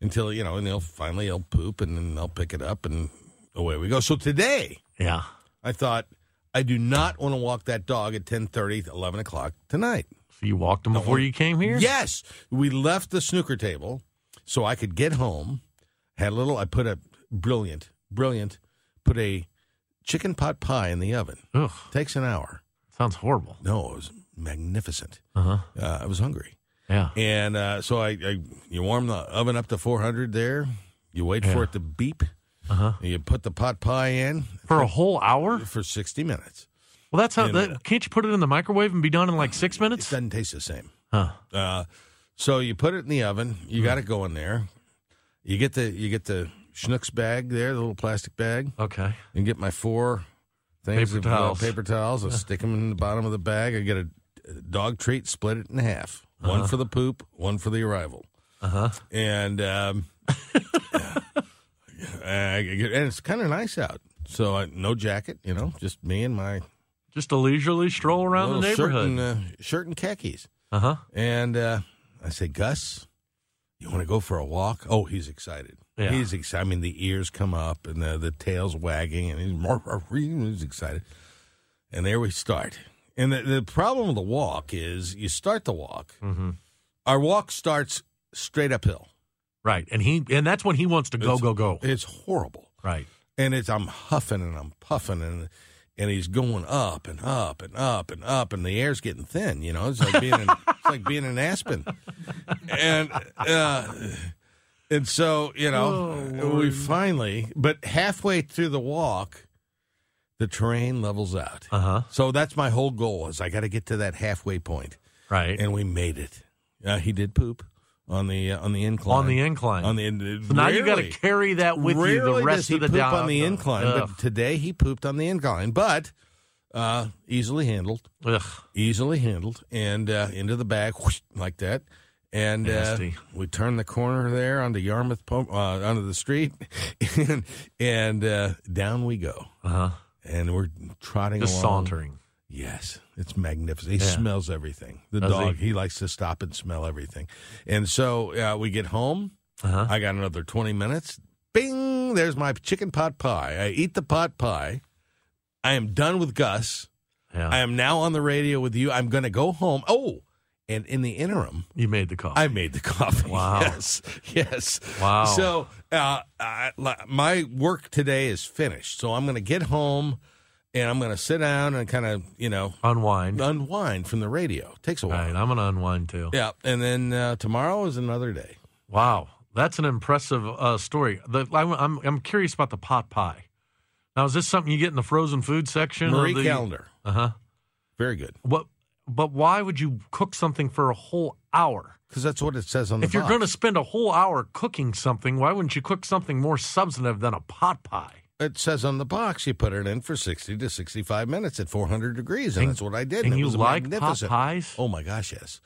[SPEAKER 3] until you know, and they'll finally they'll poop, and then they'll pick it up, and away we go. So today
[SPEAKER 2] yeah.
[SPEAKER 3] I thought I do not want to walk that dog at 10:30, 11 o'clock tonight.
[SPEAKER 2] So you walked him before you came here?
[SPEAKER 3] Yes, we left the snooker table so I could get home. Had a little. I put a brilliant, brilliant. Put a chicken pot pie in the oven.
[SPEAKER 2] Ugh,
[SPEAKER 3] Takes an hour.
[SPEAKER 2] sounds horrible.
[SPEAKER 3] No, it was magnificent.
[SPEAKER 2] Uh huh.
[SPEAKER 3] Uh, I was hungry,
[SPEAKER 2] Yeah.
[SPEAKER 3] and uh, so I, I you warm the oven up to 400 there. You wait for
[SPEAKER 2] Yeah.
[SPEAKER 3] it to beep.
[SPEAKER 2] Uh huh.
[SPEAKER 3] and You put the pot pie in
[SPEAKER 2] For a whole hour?
[SPEAKER 3] for 60 minutes.
[SPEAKER 2] Well, that's how.
[SPEAKER 3] And, uh,
[SPEAKER 2] That, can't you put it in the microwave and be done in like six
[SPEAKER 3] It
[SPEAKER 2] minutes?
[SPEAKER 3] doesn't taste the same.
[SPEAKER 2] Huh.
[SPEAKER 3] Uh, so you put it in the oven. You got it
[SPEAKER 2] Mm.
[SPEAKER 3] going there. You get the you get the schnooks bag there, the little plastic bag,
[SPEAKER 2] Okay.
[SPEAKER 3] and get my four things
[SPEAKER 2] Paper
[SPEAKER 3] of, uh,
[SPEAKER 2] towels.
[SPEAKER 3] paper towels. I stick them in the bottom of the bag. I get a a dog treat, split it in half.
[SPEAKER 2] Uh-huh.
[SPEAKER 3] One for the poop, one for the arrival.
[SPEAKER 2] Uh huh.
[SPEAKER 3] And
[SPEAKER 2] [laughs]
[SPEAKER 3] um, I get- and it's kind of nice out. So I, no jacket, you know, just me and my
[SPEAKER 2] Just a leisurely stroll around the
[SPEAKER 3] little shirt and,
[SPEAKER 2] neighborhood.
[SPEAKER 3] uh, shirt and khakis.
[SPEAKER 2] Uh huh.
[SPEAKER 3] And uh, I say, Gus, you want to go for a walk? Oh, he's excited.
[SPEAKER 2] Yeah.
[SPEAKER 3] He's excited. I mean, the ears come up and the, the tail's wagging, and he's, [laughs] "Ruff, ruff, ruff," he's excited. And there we start. And the, the problem with the walk is you start the walk.
[SPEAKER 2] Mm-hmm.
[SPEAKER 3] Our walk starts straight uphill.
[SPEAKER 2] Right, and he and that's when he wants to go,
[SPEAKER 3] It's-
[SPEAKER 2] go, go.
[SPEAKER 3] It's horrible.
[SPEAKER 2] Right.
[SPEAKER 3] and it's I'm huffing and I'm puffing and and he's going up and up and up and up and the air's getting thin. You know, it's like being
[SPEAKER 2] [laughs]
[SPEAKER 3] in, it's like being in Aspen, and uh, and so you know
[SPEAKER 2] Oh,
[SPEAKER 3] we
[SPEAKER 2] Lord.
[SPEAKER 3] finally, but halfway through the walk, the terrain levels out.
[SPEAKER 2] Uh huh.
[SPEAKER 3] So that's my whole goal is I got to get to that halfway point,
[SPEAKER 2] Right.
[SPEAKER 3] and we made it. Uh, he did poop on the uh, on the incline
[SPEAKER 2] on the incline.
[SPEAKER 3] on the uh, in-
[SPEAKER 2] So now you got to
[SPEAKER 3] rarely.
[SPEAKER 2] carry that with
[SPEAKER 3] Rarely
[SPEAKER 2] you the rest
[SPEAKER 3] does he
[SPEAKER 2] of the uh,
[SPEAKER 3] poop
[SPEAKER 2] down
[SPEAKER 3] on the incline,
[SPEAKER 2] Ugh.
[SPEAKER 3] but today he pooped on the incline, but uh, easily handled,
[SPEAKER 2] Ugh.
[SPEAKER 3] easily handled, and uh, into the bag whoosh, like that. And uh,
[SPEAKER 2] Nasty.
[SPEAKER 3] we turned the corner there onto Yarmouth, Po- uh, onto the street, [laughs] and, and uh, down we go.
[SPEAKER 2] Uh huh.
[SPEAKER 3] And we're trotting
[SPEAKER 2] Just
[SPEAKER 3] along.
[SPEAKER 2] sauntering.
[SPEAKER 3] Yes, it's magnificent. He
[SPEAKER 2] Yeah.
[SPEAKER 3] smells everything. The
[SPEAKER 2] Does he?
[SPEAKER 3] dog, he? likes to stop and smell everything. And so uh, we get home.
[SPEAKER 2] Uh huh.
[SPEAKER 3] I got another 20 minutes. Bing! There's my chicken pot pie. I eat the pot pie. I am done with Gus.
[SPEAKER 2] Yeah.
[SPEAKER 3] I am now on the radio with you. I'm going to go home. Oh, and in the interim,
[SPEAKER 2] you made the call.
[SPEAKER 3] I made the coffee.
[SPEAKER 2] Oh. Wow.
[SPEAKER 3] [laughs] Yes. Yes.
[SPEAKER 2] Wow.
[SPEAKER 3] So uh, I, my work today is finished. So I'm going to get home and I'm going to sit down and kind of, you know,
[SPEAKER 2] unwind,
[SPEAKER 3] unwind from the radio. Takes a while.
[SPEAKER 2] Right, I'm going to unwind too.
[SPEAKER 3] Yeah, and then uh, tomorrow is another day.
[SPEAKER 2] Wow, that's an impressive uh, story. The, I'm, I'm I'm curious about the pot pie. Now, is this something you get in the frozen food section?
[SPEAKER 3] Marie
[SPEAKER 2] or the,
[SPEAKER 3] Calendar.
[SPEAKER 2] Uh huh.
[SPEAKER 3] Very good.
[SPEAKER 2] What? But why would you cook something for a whole hour?
[SPEAKER 3] Because that's what it says on the.
[SPEAKER 2] If you're
[SPEAKER 3] box.
[SPEAKER 2] going to spend a whole hour cooking something, why wouldn't you cook something more substantive than a pot pie?
[SPEAKER 3] it says on the box you put it in for 60 to 65 minutes at 400 degrees and,
[SPEAKER 2] And-
[SPEAKER 3] that's what i did
[SPEAKER 2] and
[SPEAKER 3] it
[SPEAKER 2] you
[SPEAKER 3] was
[SPEAKER 2] like
[SPEAKER 3] magnificent
[SPEAKER 2] pot pies?
[SPEAKER 3] oh my gosh yes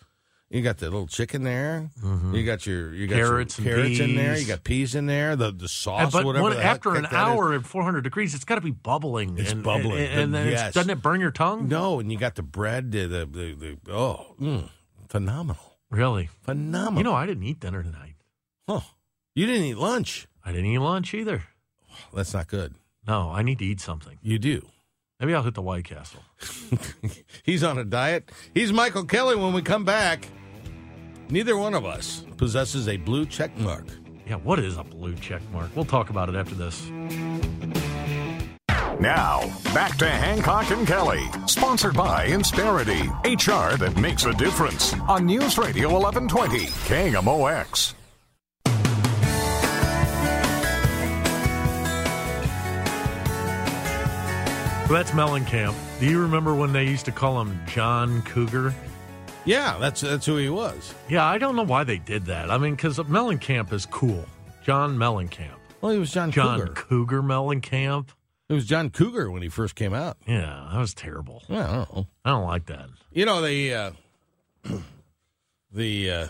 [SPEAKER 3] you got the little chicken there you got your you got
[SPEAKER 2] Mm-hmm. Carrots
[SPEAKER 3] your
[SPEAKER 2] and
[SPEAKER 3] carrots in there
[SPEAKER 2] peas.
[SPEAKER 3] you got peas in there the the sauce
[SPEAKER 2] And- but
[SPEAKER 3] whatever
[SPEAKER 2] one-
[SPEAKER 3] the heck
[SPEAKER 2] after an
[SPEAKER 3] that is.
[SPEAKER 2] hour at 400 degrees, it's got to be bubbling.
[SPEAKER 3] It's
[SPEAKER 2] and,
[SPEAKER 3] bubbling.
[SPEAKER 2] and, and then
[SPEAKER 3] Yes.
[SPEAKER 2] it's, doesn't it burn your tongue?
[SPEAKER 3] no and you got the bread the the, the, the oh mm, phenomenal
[SPEAKER 2] Really?
[SPEAKER 3] phenomenal
[SPEAKER 2] You know, I didn't eat dinner tonight.
[SPEAKER 3] huh. you didn't eat lunch
[SPEAKER 2] I didn't eat lunch either.
[SPEAKER 3] that's not good
[SPEAKER 2] No, I need to eat something.
[SPEAKER 3] you do [laughs]
[SPEAKER 2] Maybe I'll hit the White Castle.
[SPEAKER 3] He's on a diet. He's Michael Kelly when we come back. Neither one of us possesses a blue check mark.
[SPEAKER 2] Yeah, what is a blue check mark? We'll talk about it after this.
[SPEAKER 1] Now, back to Hancock and Kelly, sponsored by Insperity, HR that makes a difference on News Radio 1120, KMOX.
[SPEAKER 2] So that's Mellencamp. Do you remember when they used to call him John Cougar?
[SPEAKER 3] Yeah, that's that's who he was.
[SPEAKER 2] Yeah, I don't know why they did that. I mean, because Mellencamp is cool. John Mellencamp.
[SPEAKER 3] Well, he was John,
[SPEAKER 2] John
[SPEAKER 3] Cougar.
[SPEAKER 2] Cougar Mellencamp.
[SPEAKER 3] It was John Cougar when he first came out.
[SPEAKER 2] Yeah, that was terrible.
[SPEAKER 3] Yeah, I don't know.
[SPEAKER 2] I don't like that.
[SPEAKER 3] You know the uh, [clears throat] the uh,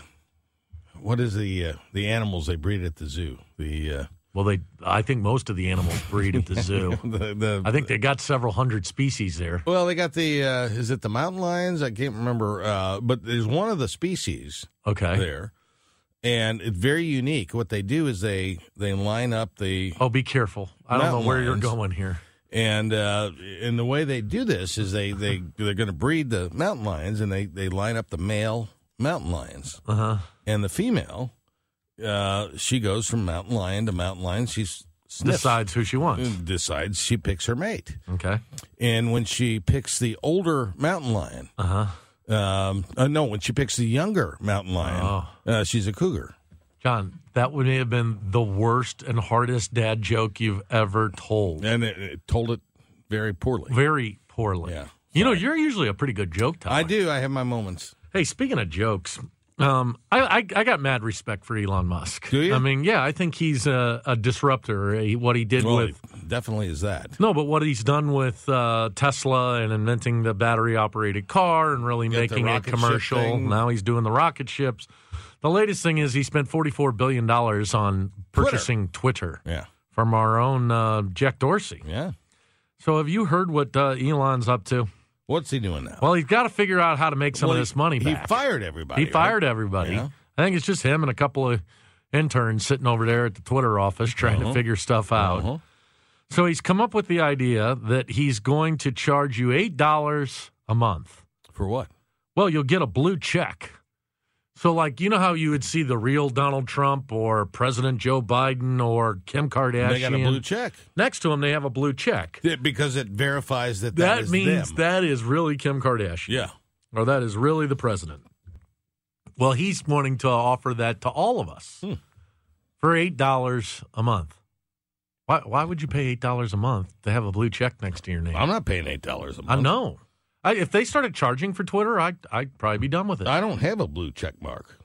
[SPEAKER 3] what is the uh, the animals they breed at the zoo? The uh, [laughs]
[SPEAKER 2] Well, they. I think most of the animals breed at the zoo.
[SPEAKER 3] the, the
[SPEAKER 2] I think they got several hundred species there.
[SPEAKER 3] well, they got the uh, is it the mountain lions? I can't remember, uh, but there's one of the species
[SPEAKER 2] Okay.
[SPEAKER 3] there. And it's very unique. What they do is they they line up the
[SPEAKER 2] Oh, be careful. I don't know
[SPEAKER 3] Mountain
[SPEAKER 2] where you're
[SPEAKER 3] lions.
[SPEAKER 2] going here.
[SPEAKER 3] and uh, and the way they do this is they they they're going to breed the mountain lions and they they line up the male mountain lions
[SPEAKER 2] Uh huh.
[SPEAKER 3] and the female uh, she goes from mountain lion to mountain lion. She s- sniffs, Mm.
[SPEAKER 2] Decides who she wants.
[SPEAKER 3] decides she picks her mate.
[SPEAKER 2] Okay.
[SPEAKER 3] And when she picks the older mountain lion,
[SPEAKER 2] Uh huh.
[SPEAKER 3] um, uh, no, when she picks the younger mountain lion,
[SPEAKER 2] Oh.
[SPEAKER 3] uh, she's a cougar.
[SPEAKER 2] John, that would have been the worst and hardest dad joke you've ever told.
[SPEAKER 3] And it, it told it very poorly.
[SPEAKER 2] Very poorly.
[SPEAKER 3] Yeah.
[SPEAKER 2] You know, you're usually a pretty good joke teller.
[SPEAKER 3] I do. I have my moments.
[SPEAKER 2] Hey, speaking of jokes, um, I, I I got mad respect for Elon Musk.
[SPEAKER 3] Do you?
[SPEAKER 2] I mean, yeah, I think he's a, a disruptor. He- What he did
[SPEAKER 3] Well,
[SPEAKER 2] with
[SPEAKER 3] it definitely is that.
[SPEAKER 2] no, but what he's done with uh, Tesla and inventing the battery operated car and really
[SPEAKER 3] Got the
[SPEAKER 2] making it
[SPEAKER 3] rocket ship
[SPEAKER 2] commercial.
[SPEAKER 3] thing.
[SPEAKER 2] Now he's doing the rocket ships. The latest thing is he spent forty four billion dollars on purchasing Twitter,
[SPEAKER 3] Yeah.
[SPEAKER 2] from our own uh, Jack Dorsey.
[SPEAKER 3] Yeah.
[SPEAKER 2] So have you heard what uh, Elon's up to?
[SPEAKER 3] What's he doing now?
[SPEAKER 2] Well, he's got to figure out how to make some
[SPEAKER 3] Well, he-
[SPEAKER 2] of this money
[SPEAKER 3] He
[SPEAKER 2] back.
[SPEAKER 3] fired everybody.
[SPEAKER 2] He
[SPEAKER 3] right?
[SPEAKER 2] fired everybody.
[SPEAKER 3] Yeah.
[SPEAKER 2] I think it's just him and a couple of interns sitting over there at the Twitter office trying to figure stuff out.
[SPEAKER 3] Uh-huh.
[SPEAKER 2] So he's come up with the idea that he's going to charge you $8 a month.
[SPEAKER 3] For what?
[SPEAKER 2] Well, you'll get a blue check. So, like, you know how you would see the real Donald Trump or President Joe Biden or Kim Kardashian?
[SPEAKER 3] They got a blue check.
[SPEAKER 2] Next to him, they have a blue check.
[SPEAKER 3] Yeah, Because it verifies that that,
[SPEAKER 2] That
[SPEAKER 3] is
[SPEAKER 2] means
[SPEAKER 3] them.
[SPEAKER 2] that is really Kim Kardashian.
[SPEAKER 3] Yeah.
[SPEAKER 2] or that is really the president. Well, he's wanting to offer that to all of us
[SPEAKER 3] Hmm.
[SPEAKER 2] for eight dollars a month. Why? Why would you pay eight dollars a month to have a blue check next to your name?
[SPEAKER 3] I'm not paying $8 a month.
[SPEAKER 2] I know. I, if they started charging for Twitter, I, I'd probably be done with it.
[SPEAKER 3] I don't have a blue check mark.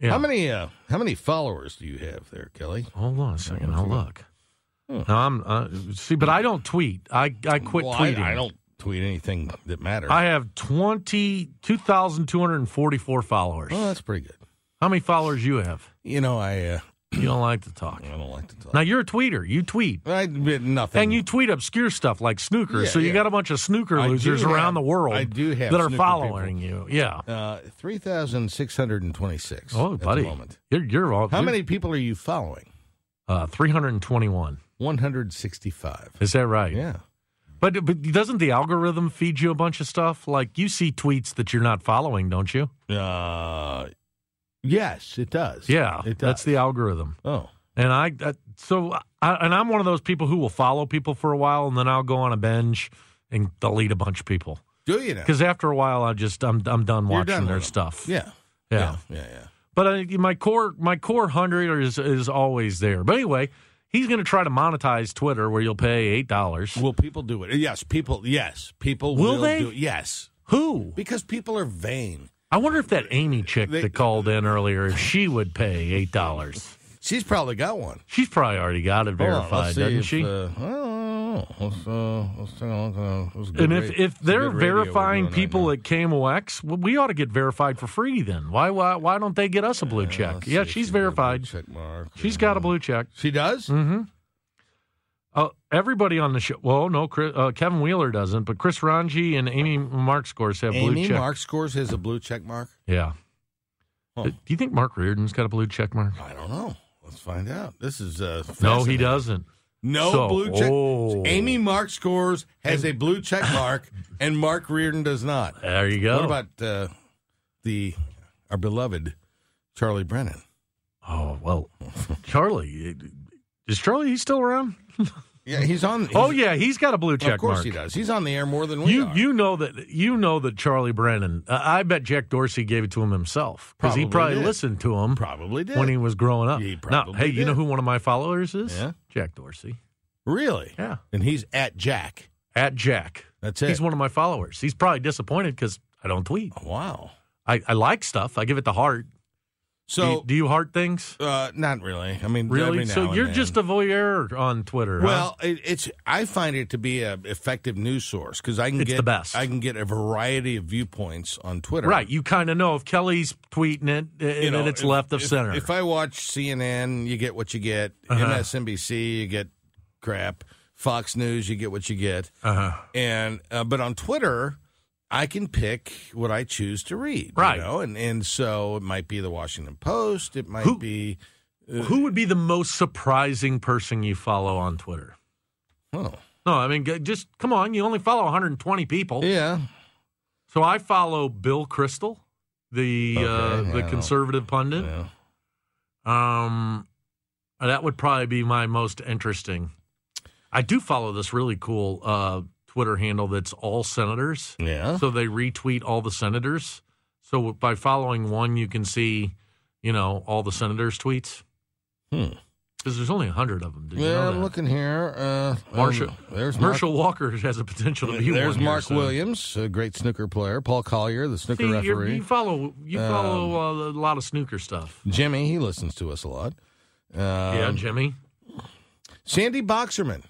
[SPEAKER 2] Yeah.
[SPEAKER 3] How many uh, how many followers do you have there, Kelly?
[SPEAKER 2] Hold on a second. I'll look.
[SPEAKER 3] Hmm.
[SPEAKER 2] No, I'm uh, see, but I don't tweet. I I quit
[SPEAKER 3] Well, I-
[SPEAKER 2] tweeting.
[SPEAKER 3] I, don't tweet anything that matters.
[SPEAKER 2] I have 20, 2,244 followers.
[SPEAKER 3] well, that's pretty good.
[SPEAKER 2] How many followers you have?
[SPEAKER 3] You know, I uh,
[SPEAKER 2] You don't like to talk.
[SPEAKER 3] I don't like to talk.
[SPEAKER 2] Now you're a tweeter. You tweet.
[SPEAKER 3] I admit nothing.
[SPEAKER 2] And you tweet obscure stuff like snooker.
[SPEAKER 3] Yeah,
[SPEAKER 2] so you
[SPEAKER 3] yeah.
[SPEAKER 2] got a bunch of snooker
[SPEAKER 3] I do
[SPEAKER 2] losers around
[SPEAKER 3] have-
[SPEAKER 2] the world
[SPEAKER 3] I do have
[SPEAKER 2] that are
[SPEAKER 3] snooker
[SPEAKER 2] following you. Yeah.
[SPEAKER 3] uh, three thousand six hundred and twenty six.
[SPEAKER 2] Oh, buddy.
[SPEAKER 3] At the moment.
[SPEAKER 2] You're, you're all.
[SPEAKER 3] How
[SPEAKER 2] you're-
[SPEAKER 3] many people are you following?
[SPEAKER 2] Uh, 321.
[SPEAKER 3] One hundred sixty five.
[SPEAKER 2] Is that right?
[SPEAKER 3] Yeah.
[SPEAKER 2] But, but doesn't the algorithm feed you a bunch of stuff? Like you see tweets that you're not following, don't you?
[SPEAKER 3] Uh, yes, it does.
[SPEAKER 2] Yeah.
[SPEAKER 3] it does.
[SPEAKER 2] That's the algorithm.
[SPEAKER 3] oh.
[SPEAKER 2] And I, uh, that so, I, and I'm one of those people who will follow people for a while and then I'll go on a binge and delete a bunch of people.
[SPEAKER 3] Do you
[SPEAKER 2] Because after a while, I just I'm I'm done
[SPEAKER 3] You're
[SPEAKER 2] watching
[SPEAKER 3] done
[SPEAKER 2] their
[SPEAKER 3] with 'em.
[SPEAKER 2] stuff.
[SPEAKER 3] Yeah.
[SPEAKER 2] yeah,
[SPEAKER 3] yeah, yeah.
[SPEAKER 2] But I, my core my core hundred is is always there. But anyway, he's going to try to monetize Twitter, where you'll pay eight dollars.
[SPEAKER 3] Will people do it? Yes, people. Yes, people
[SPEAKER 2] Will
[SPEAKER 3] will,
[SPEAKER 2] they?
[SPEAKER 3] do it. Yes.
[SPEAKER 2] Who?
[SPEAKER 3] Because people are vain.
[SPEAKER 2] I wonder if that Amy chick that called in earlier, if she would pay eight dollars.
[SPEAKER 3] She's probably got one.
[SPEAKER 2] She's probably already got it
[SPEAKER 3] Hold on, let's
[SPEAKER 2] verified,
[SPEAKER 3] see
[SPEAKER 2] doesn't
[SPEAKER 3] if,
[SPEAKER 2] she?
[SPEAKER 3] uh, I don't know. Let's, uh, let's take a look. Uh, let's
[SPEAKER 2] and
[SPEAKER 3] go
[SPEAKER 2] if
[SPEAKER 3] rate-
[SPEAKER 2] if
[SPEAKER 3] it's a
[SPEAKER 2] they're
[SPEAKER 3] good radio we're
[SPEAKER 2] verifying
[SPEAKER 3] doing right Uh,
[SPEAKER 2] people at KMOX, well, we ought to get verified for free. Then why why why don't they get us a blue check? Yeah, she's verified.
[SPEAKER 3] Check mark.
[SPEAKER 2] She's got a blue check.
[SPEAKER 3] She does.
[SPEAKER 2] Mm-hmm. Uh, everybody on the show. Well, no, Chris, uh, Kevin Wheeler doesn't, but Chris Ranji and Amy Markscores have blue
[SPEAKER 3] Amy
[SPEAKER 2] check.
[SPEAKER 3] Mark scores has a blue check mark.
[SPEAKER 2] yeah.
[SPEAKER 3] Huh.
[SPEAKER 2] Do you think Mark Reardon's got a blue check mark?
[SPEAKER 3] I don't know. Let's find out. This is uh,
[SPEAKER 2] No, he
[SPEAKER 3] fascinating.
[SPEAKER 2] doesn't.
[SPEAKER 3] No
[SPEAKER 2] So-
[SPEAKER 3] blue check.
[SPEAKER 2] Oh.
[SPEAKER 3] Amy Mark scores has a blue check
[SPEAKER 2] [laughs]
[SPEAKER 3] mark, and Mark Reardon does not.
[SPEAKER 2] There you go.
[SPEAKER 3] What about uh, the our beloved Charlie Brennan?
[SPEAKER 2] Oh well, Charlie is Charlie. He's still around.
[SPEAKER 3] Yeah, he's on.
[SPEAKER 2] oh
[SPEAKER 3] he's-
[SPEAKER 2] yeah, he's got a blue check
[SPEAKER 3] of course
[SPEAKER 2] mark.
[SPEAKER 3] he does. He's on the air more than we
[SPEAKER 2] You
[SPEAKER 3] are.
[SPEAKER 2] you know that you know that Charlie Brennan. Uh, I bet Jack Dorsey gave it to him himself because he
[SPEAKER 3] Probably
[SPEAKER 2] probably
[SPEAKER 3] did.
[SPEAKER 2] listened to him
[SPEAKER 3] Probably did.
[SPEAKER 2] when he was growing up.
[SPEAKER 3] He
[SPEAKER 2] now,
[SPEAKER 3] probably
[SPEAKER 2] hey, you
[SPEAKER 3] did.
[SPEAKER 2] know who one of my followers is?
[SPEAKER 3] Yeah?
[SPEAKER 2] Jack Dorsey.
[SPEAKER 3] really?
[SPEAKER 2] Yeah,
[SPEAKER 3] And he's at Jack.
[SPEAKER 2] at Jack.
[SPEAKER 3] That's it. Oh,
[SPEAKER 2] He's one of my followers. He's probably disappointed because I don't tweet.
[SPEAKER 3] wow.
[SPEAKER 2] I, I like stuff. I give it the heart. do, you,
[SPEAKER 3] So
[SPEAKER 2] do you heart things?
[SPEAKER 3] uh, not really. I mean,
[SPEAKER 2] Really?
[SPEAKER 3] every now
[SPEAKER 2] So
[SPEAKER 3] and
[SPEAKER 2] you're
[SPEAKER 3] then.
[SPEAKER 2] just a voyeur on Twitter. huh?
[SPEAKER 3] Well, it, it's I find it to be a effective news source because I can
[SPEAKER 2] It's
[SPEAKER 3] get
[SPEAKER 2] the best.
[SPEAKER 3] I can get a variety of viewpoints on Twitter.
[SPEAKER 2] Right. You kind of know if Kelly's tweeting it, uh,
[SPEAKER 3] You know,
[SPEAKER 2] and it's
[SPEAKER 3] if-
[SPEAKER 2] left of
[SPEAKER 3] if-
[SPEAKER 2] center.
[SPEAKER 3] If I watch CNN, you get what you get.
[SPEAKER 2] Uh-huh.
[SPEAKER 3] MSNBC, you get crap. Fox News, you get what you get.
[SPEAKER 2] uh-huh.
[SPEAKER 3] And uh, but on Twitter, I can pick what I choose to read.
[SPEAKER 2] Right.
[SPEAKER 3] You know? And and so it might be the Washington Post. It might
[SPEAKER 2] Who-
[SPEAKER 3] be
[SPEAKER 2] Who would be the most surprising person you follow on Twitter?
[SPEAKER 3] oh
[SPEAKER 2] No, I mean, g- just come on. You only follow 120 people.
[SPEAKER 3] yeah
[SPEAKER 2] So I follow Bill Crystal, the uh,
[SPEAKER 3] Okay,
[SPEAKER 2] the
[SPEAKER 3] yeah.
[SPEAKER 2] conservative pundit.
[SPEAKER 3] yeah.
[SPEAKER 2] Um, that would probably be my most interesting. I do follow this really cool uh, Twitter handle that's all senators.
[SPEAKER 3] yeah.
[SPEAKER 2] So they retweet all the senators. So by following one, you can see, you know, all the senators' tweets
[SPEAKER 3] Hmm.
[SPEAKER 2] because there's only hundred of them. Did you
[SPEAKER 3] Yeah,
[SPEAKER 2] know
[SPEAKER 3] I'm
[SPEAKER 2] that?
[SPEAKER 3] looking here. Uh,
[SPEAKER 2] Marshall,
[SPEAKER 3] um, there's Mark-
[SPEAKER 2] Marshall Walker has a potential to be one.
[SPEAKER 3] There's
[SPEAKER 2] here
[SPEAKER 3] Mark
[SPEAKER 2] soon.
[SPEAKER 3] Williams, a great snooker player. Paul Collier, the snooker
[SPEAKER 2] See, you're-
[SPEAKER 3] referee. Um,
[SPEAKER 2] you follow you follow uh, a lot of snooker stuff.
[SPEAKER 3] Jimmy, he listens to us a lot. Um,
[SPEAKER 2] yeah, Jimmy.
[SPEAKER 3] Sandy Boxerman,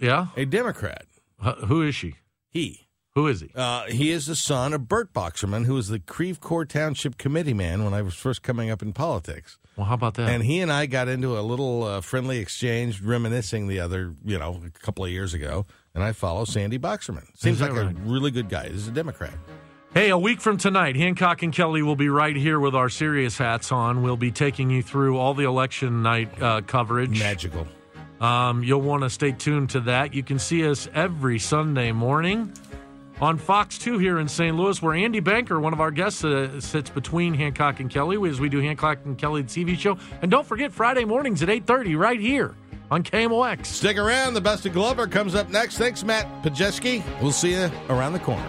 [SPEAKER 2] Yeah,
[SPEAKER 3] a Democrat.
[SPEAKER 2] H- who is she?
[SPEAKER 3] He.
[SPEAKER 2] Who is he?
[SPEAKER 3] Uh, he is the son of Bert Boxerman, who was the Creve Coeur Township committee man when I was first coming up in politics.
[SPEAKER 2] Well, how about that?
[SPEAKER 3] And he and I got into a little uh, friendly exchange, reminiscing the other, you know, a couple of years ago. And I follow Sandy Boxerman. Seems
[SPEAKER 2] that
[SPEAKER 3] like
[SPEAKER 2] right?
[SPEAKER 3] a really good guy. He's a Democrat.
[SPEAKER 2] Hey, a week from tonight, Hancock and Kelly will be right here with our serious hats on. We'll be taking you through all the election night uh, coverage.
[SPEAKER 3] Magical.
[SPEAKER 2] Um, you'll want to stay tuned to that. You can see us every Sunday morning on Fox 2 here in St. Louis, where Andy Banker, one of our guests, uh, sits between Hancock and Kelly as we do Hancock and Kelly the TV show. And don't forget Friday mornings at 8.30 right here on KMOX.
[SPEAKER 3] Stick around. The best of Glover comes up next. Thanks, Matt Pajeski. We'll see you around the corner.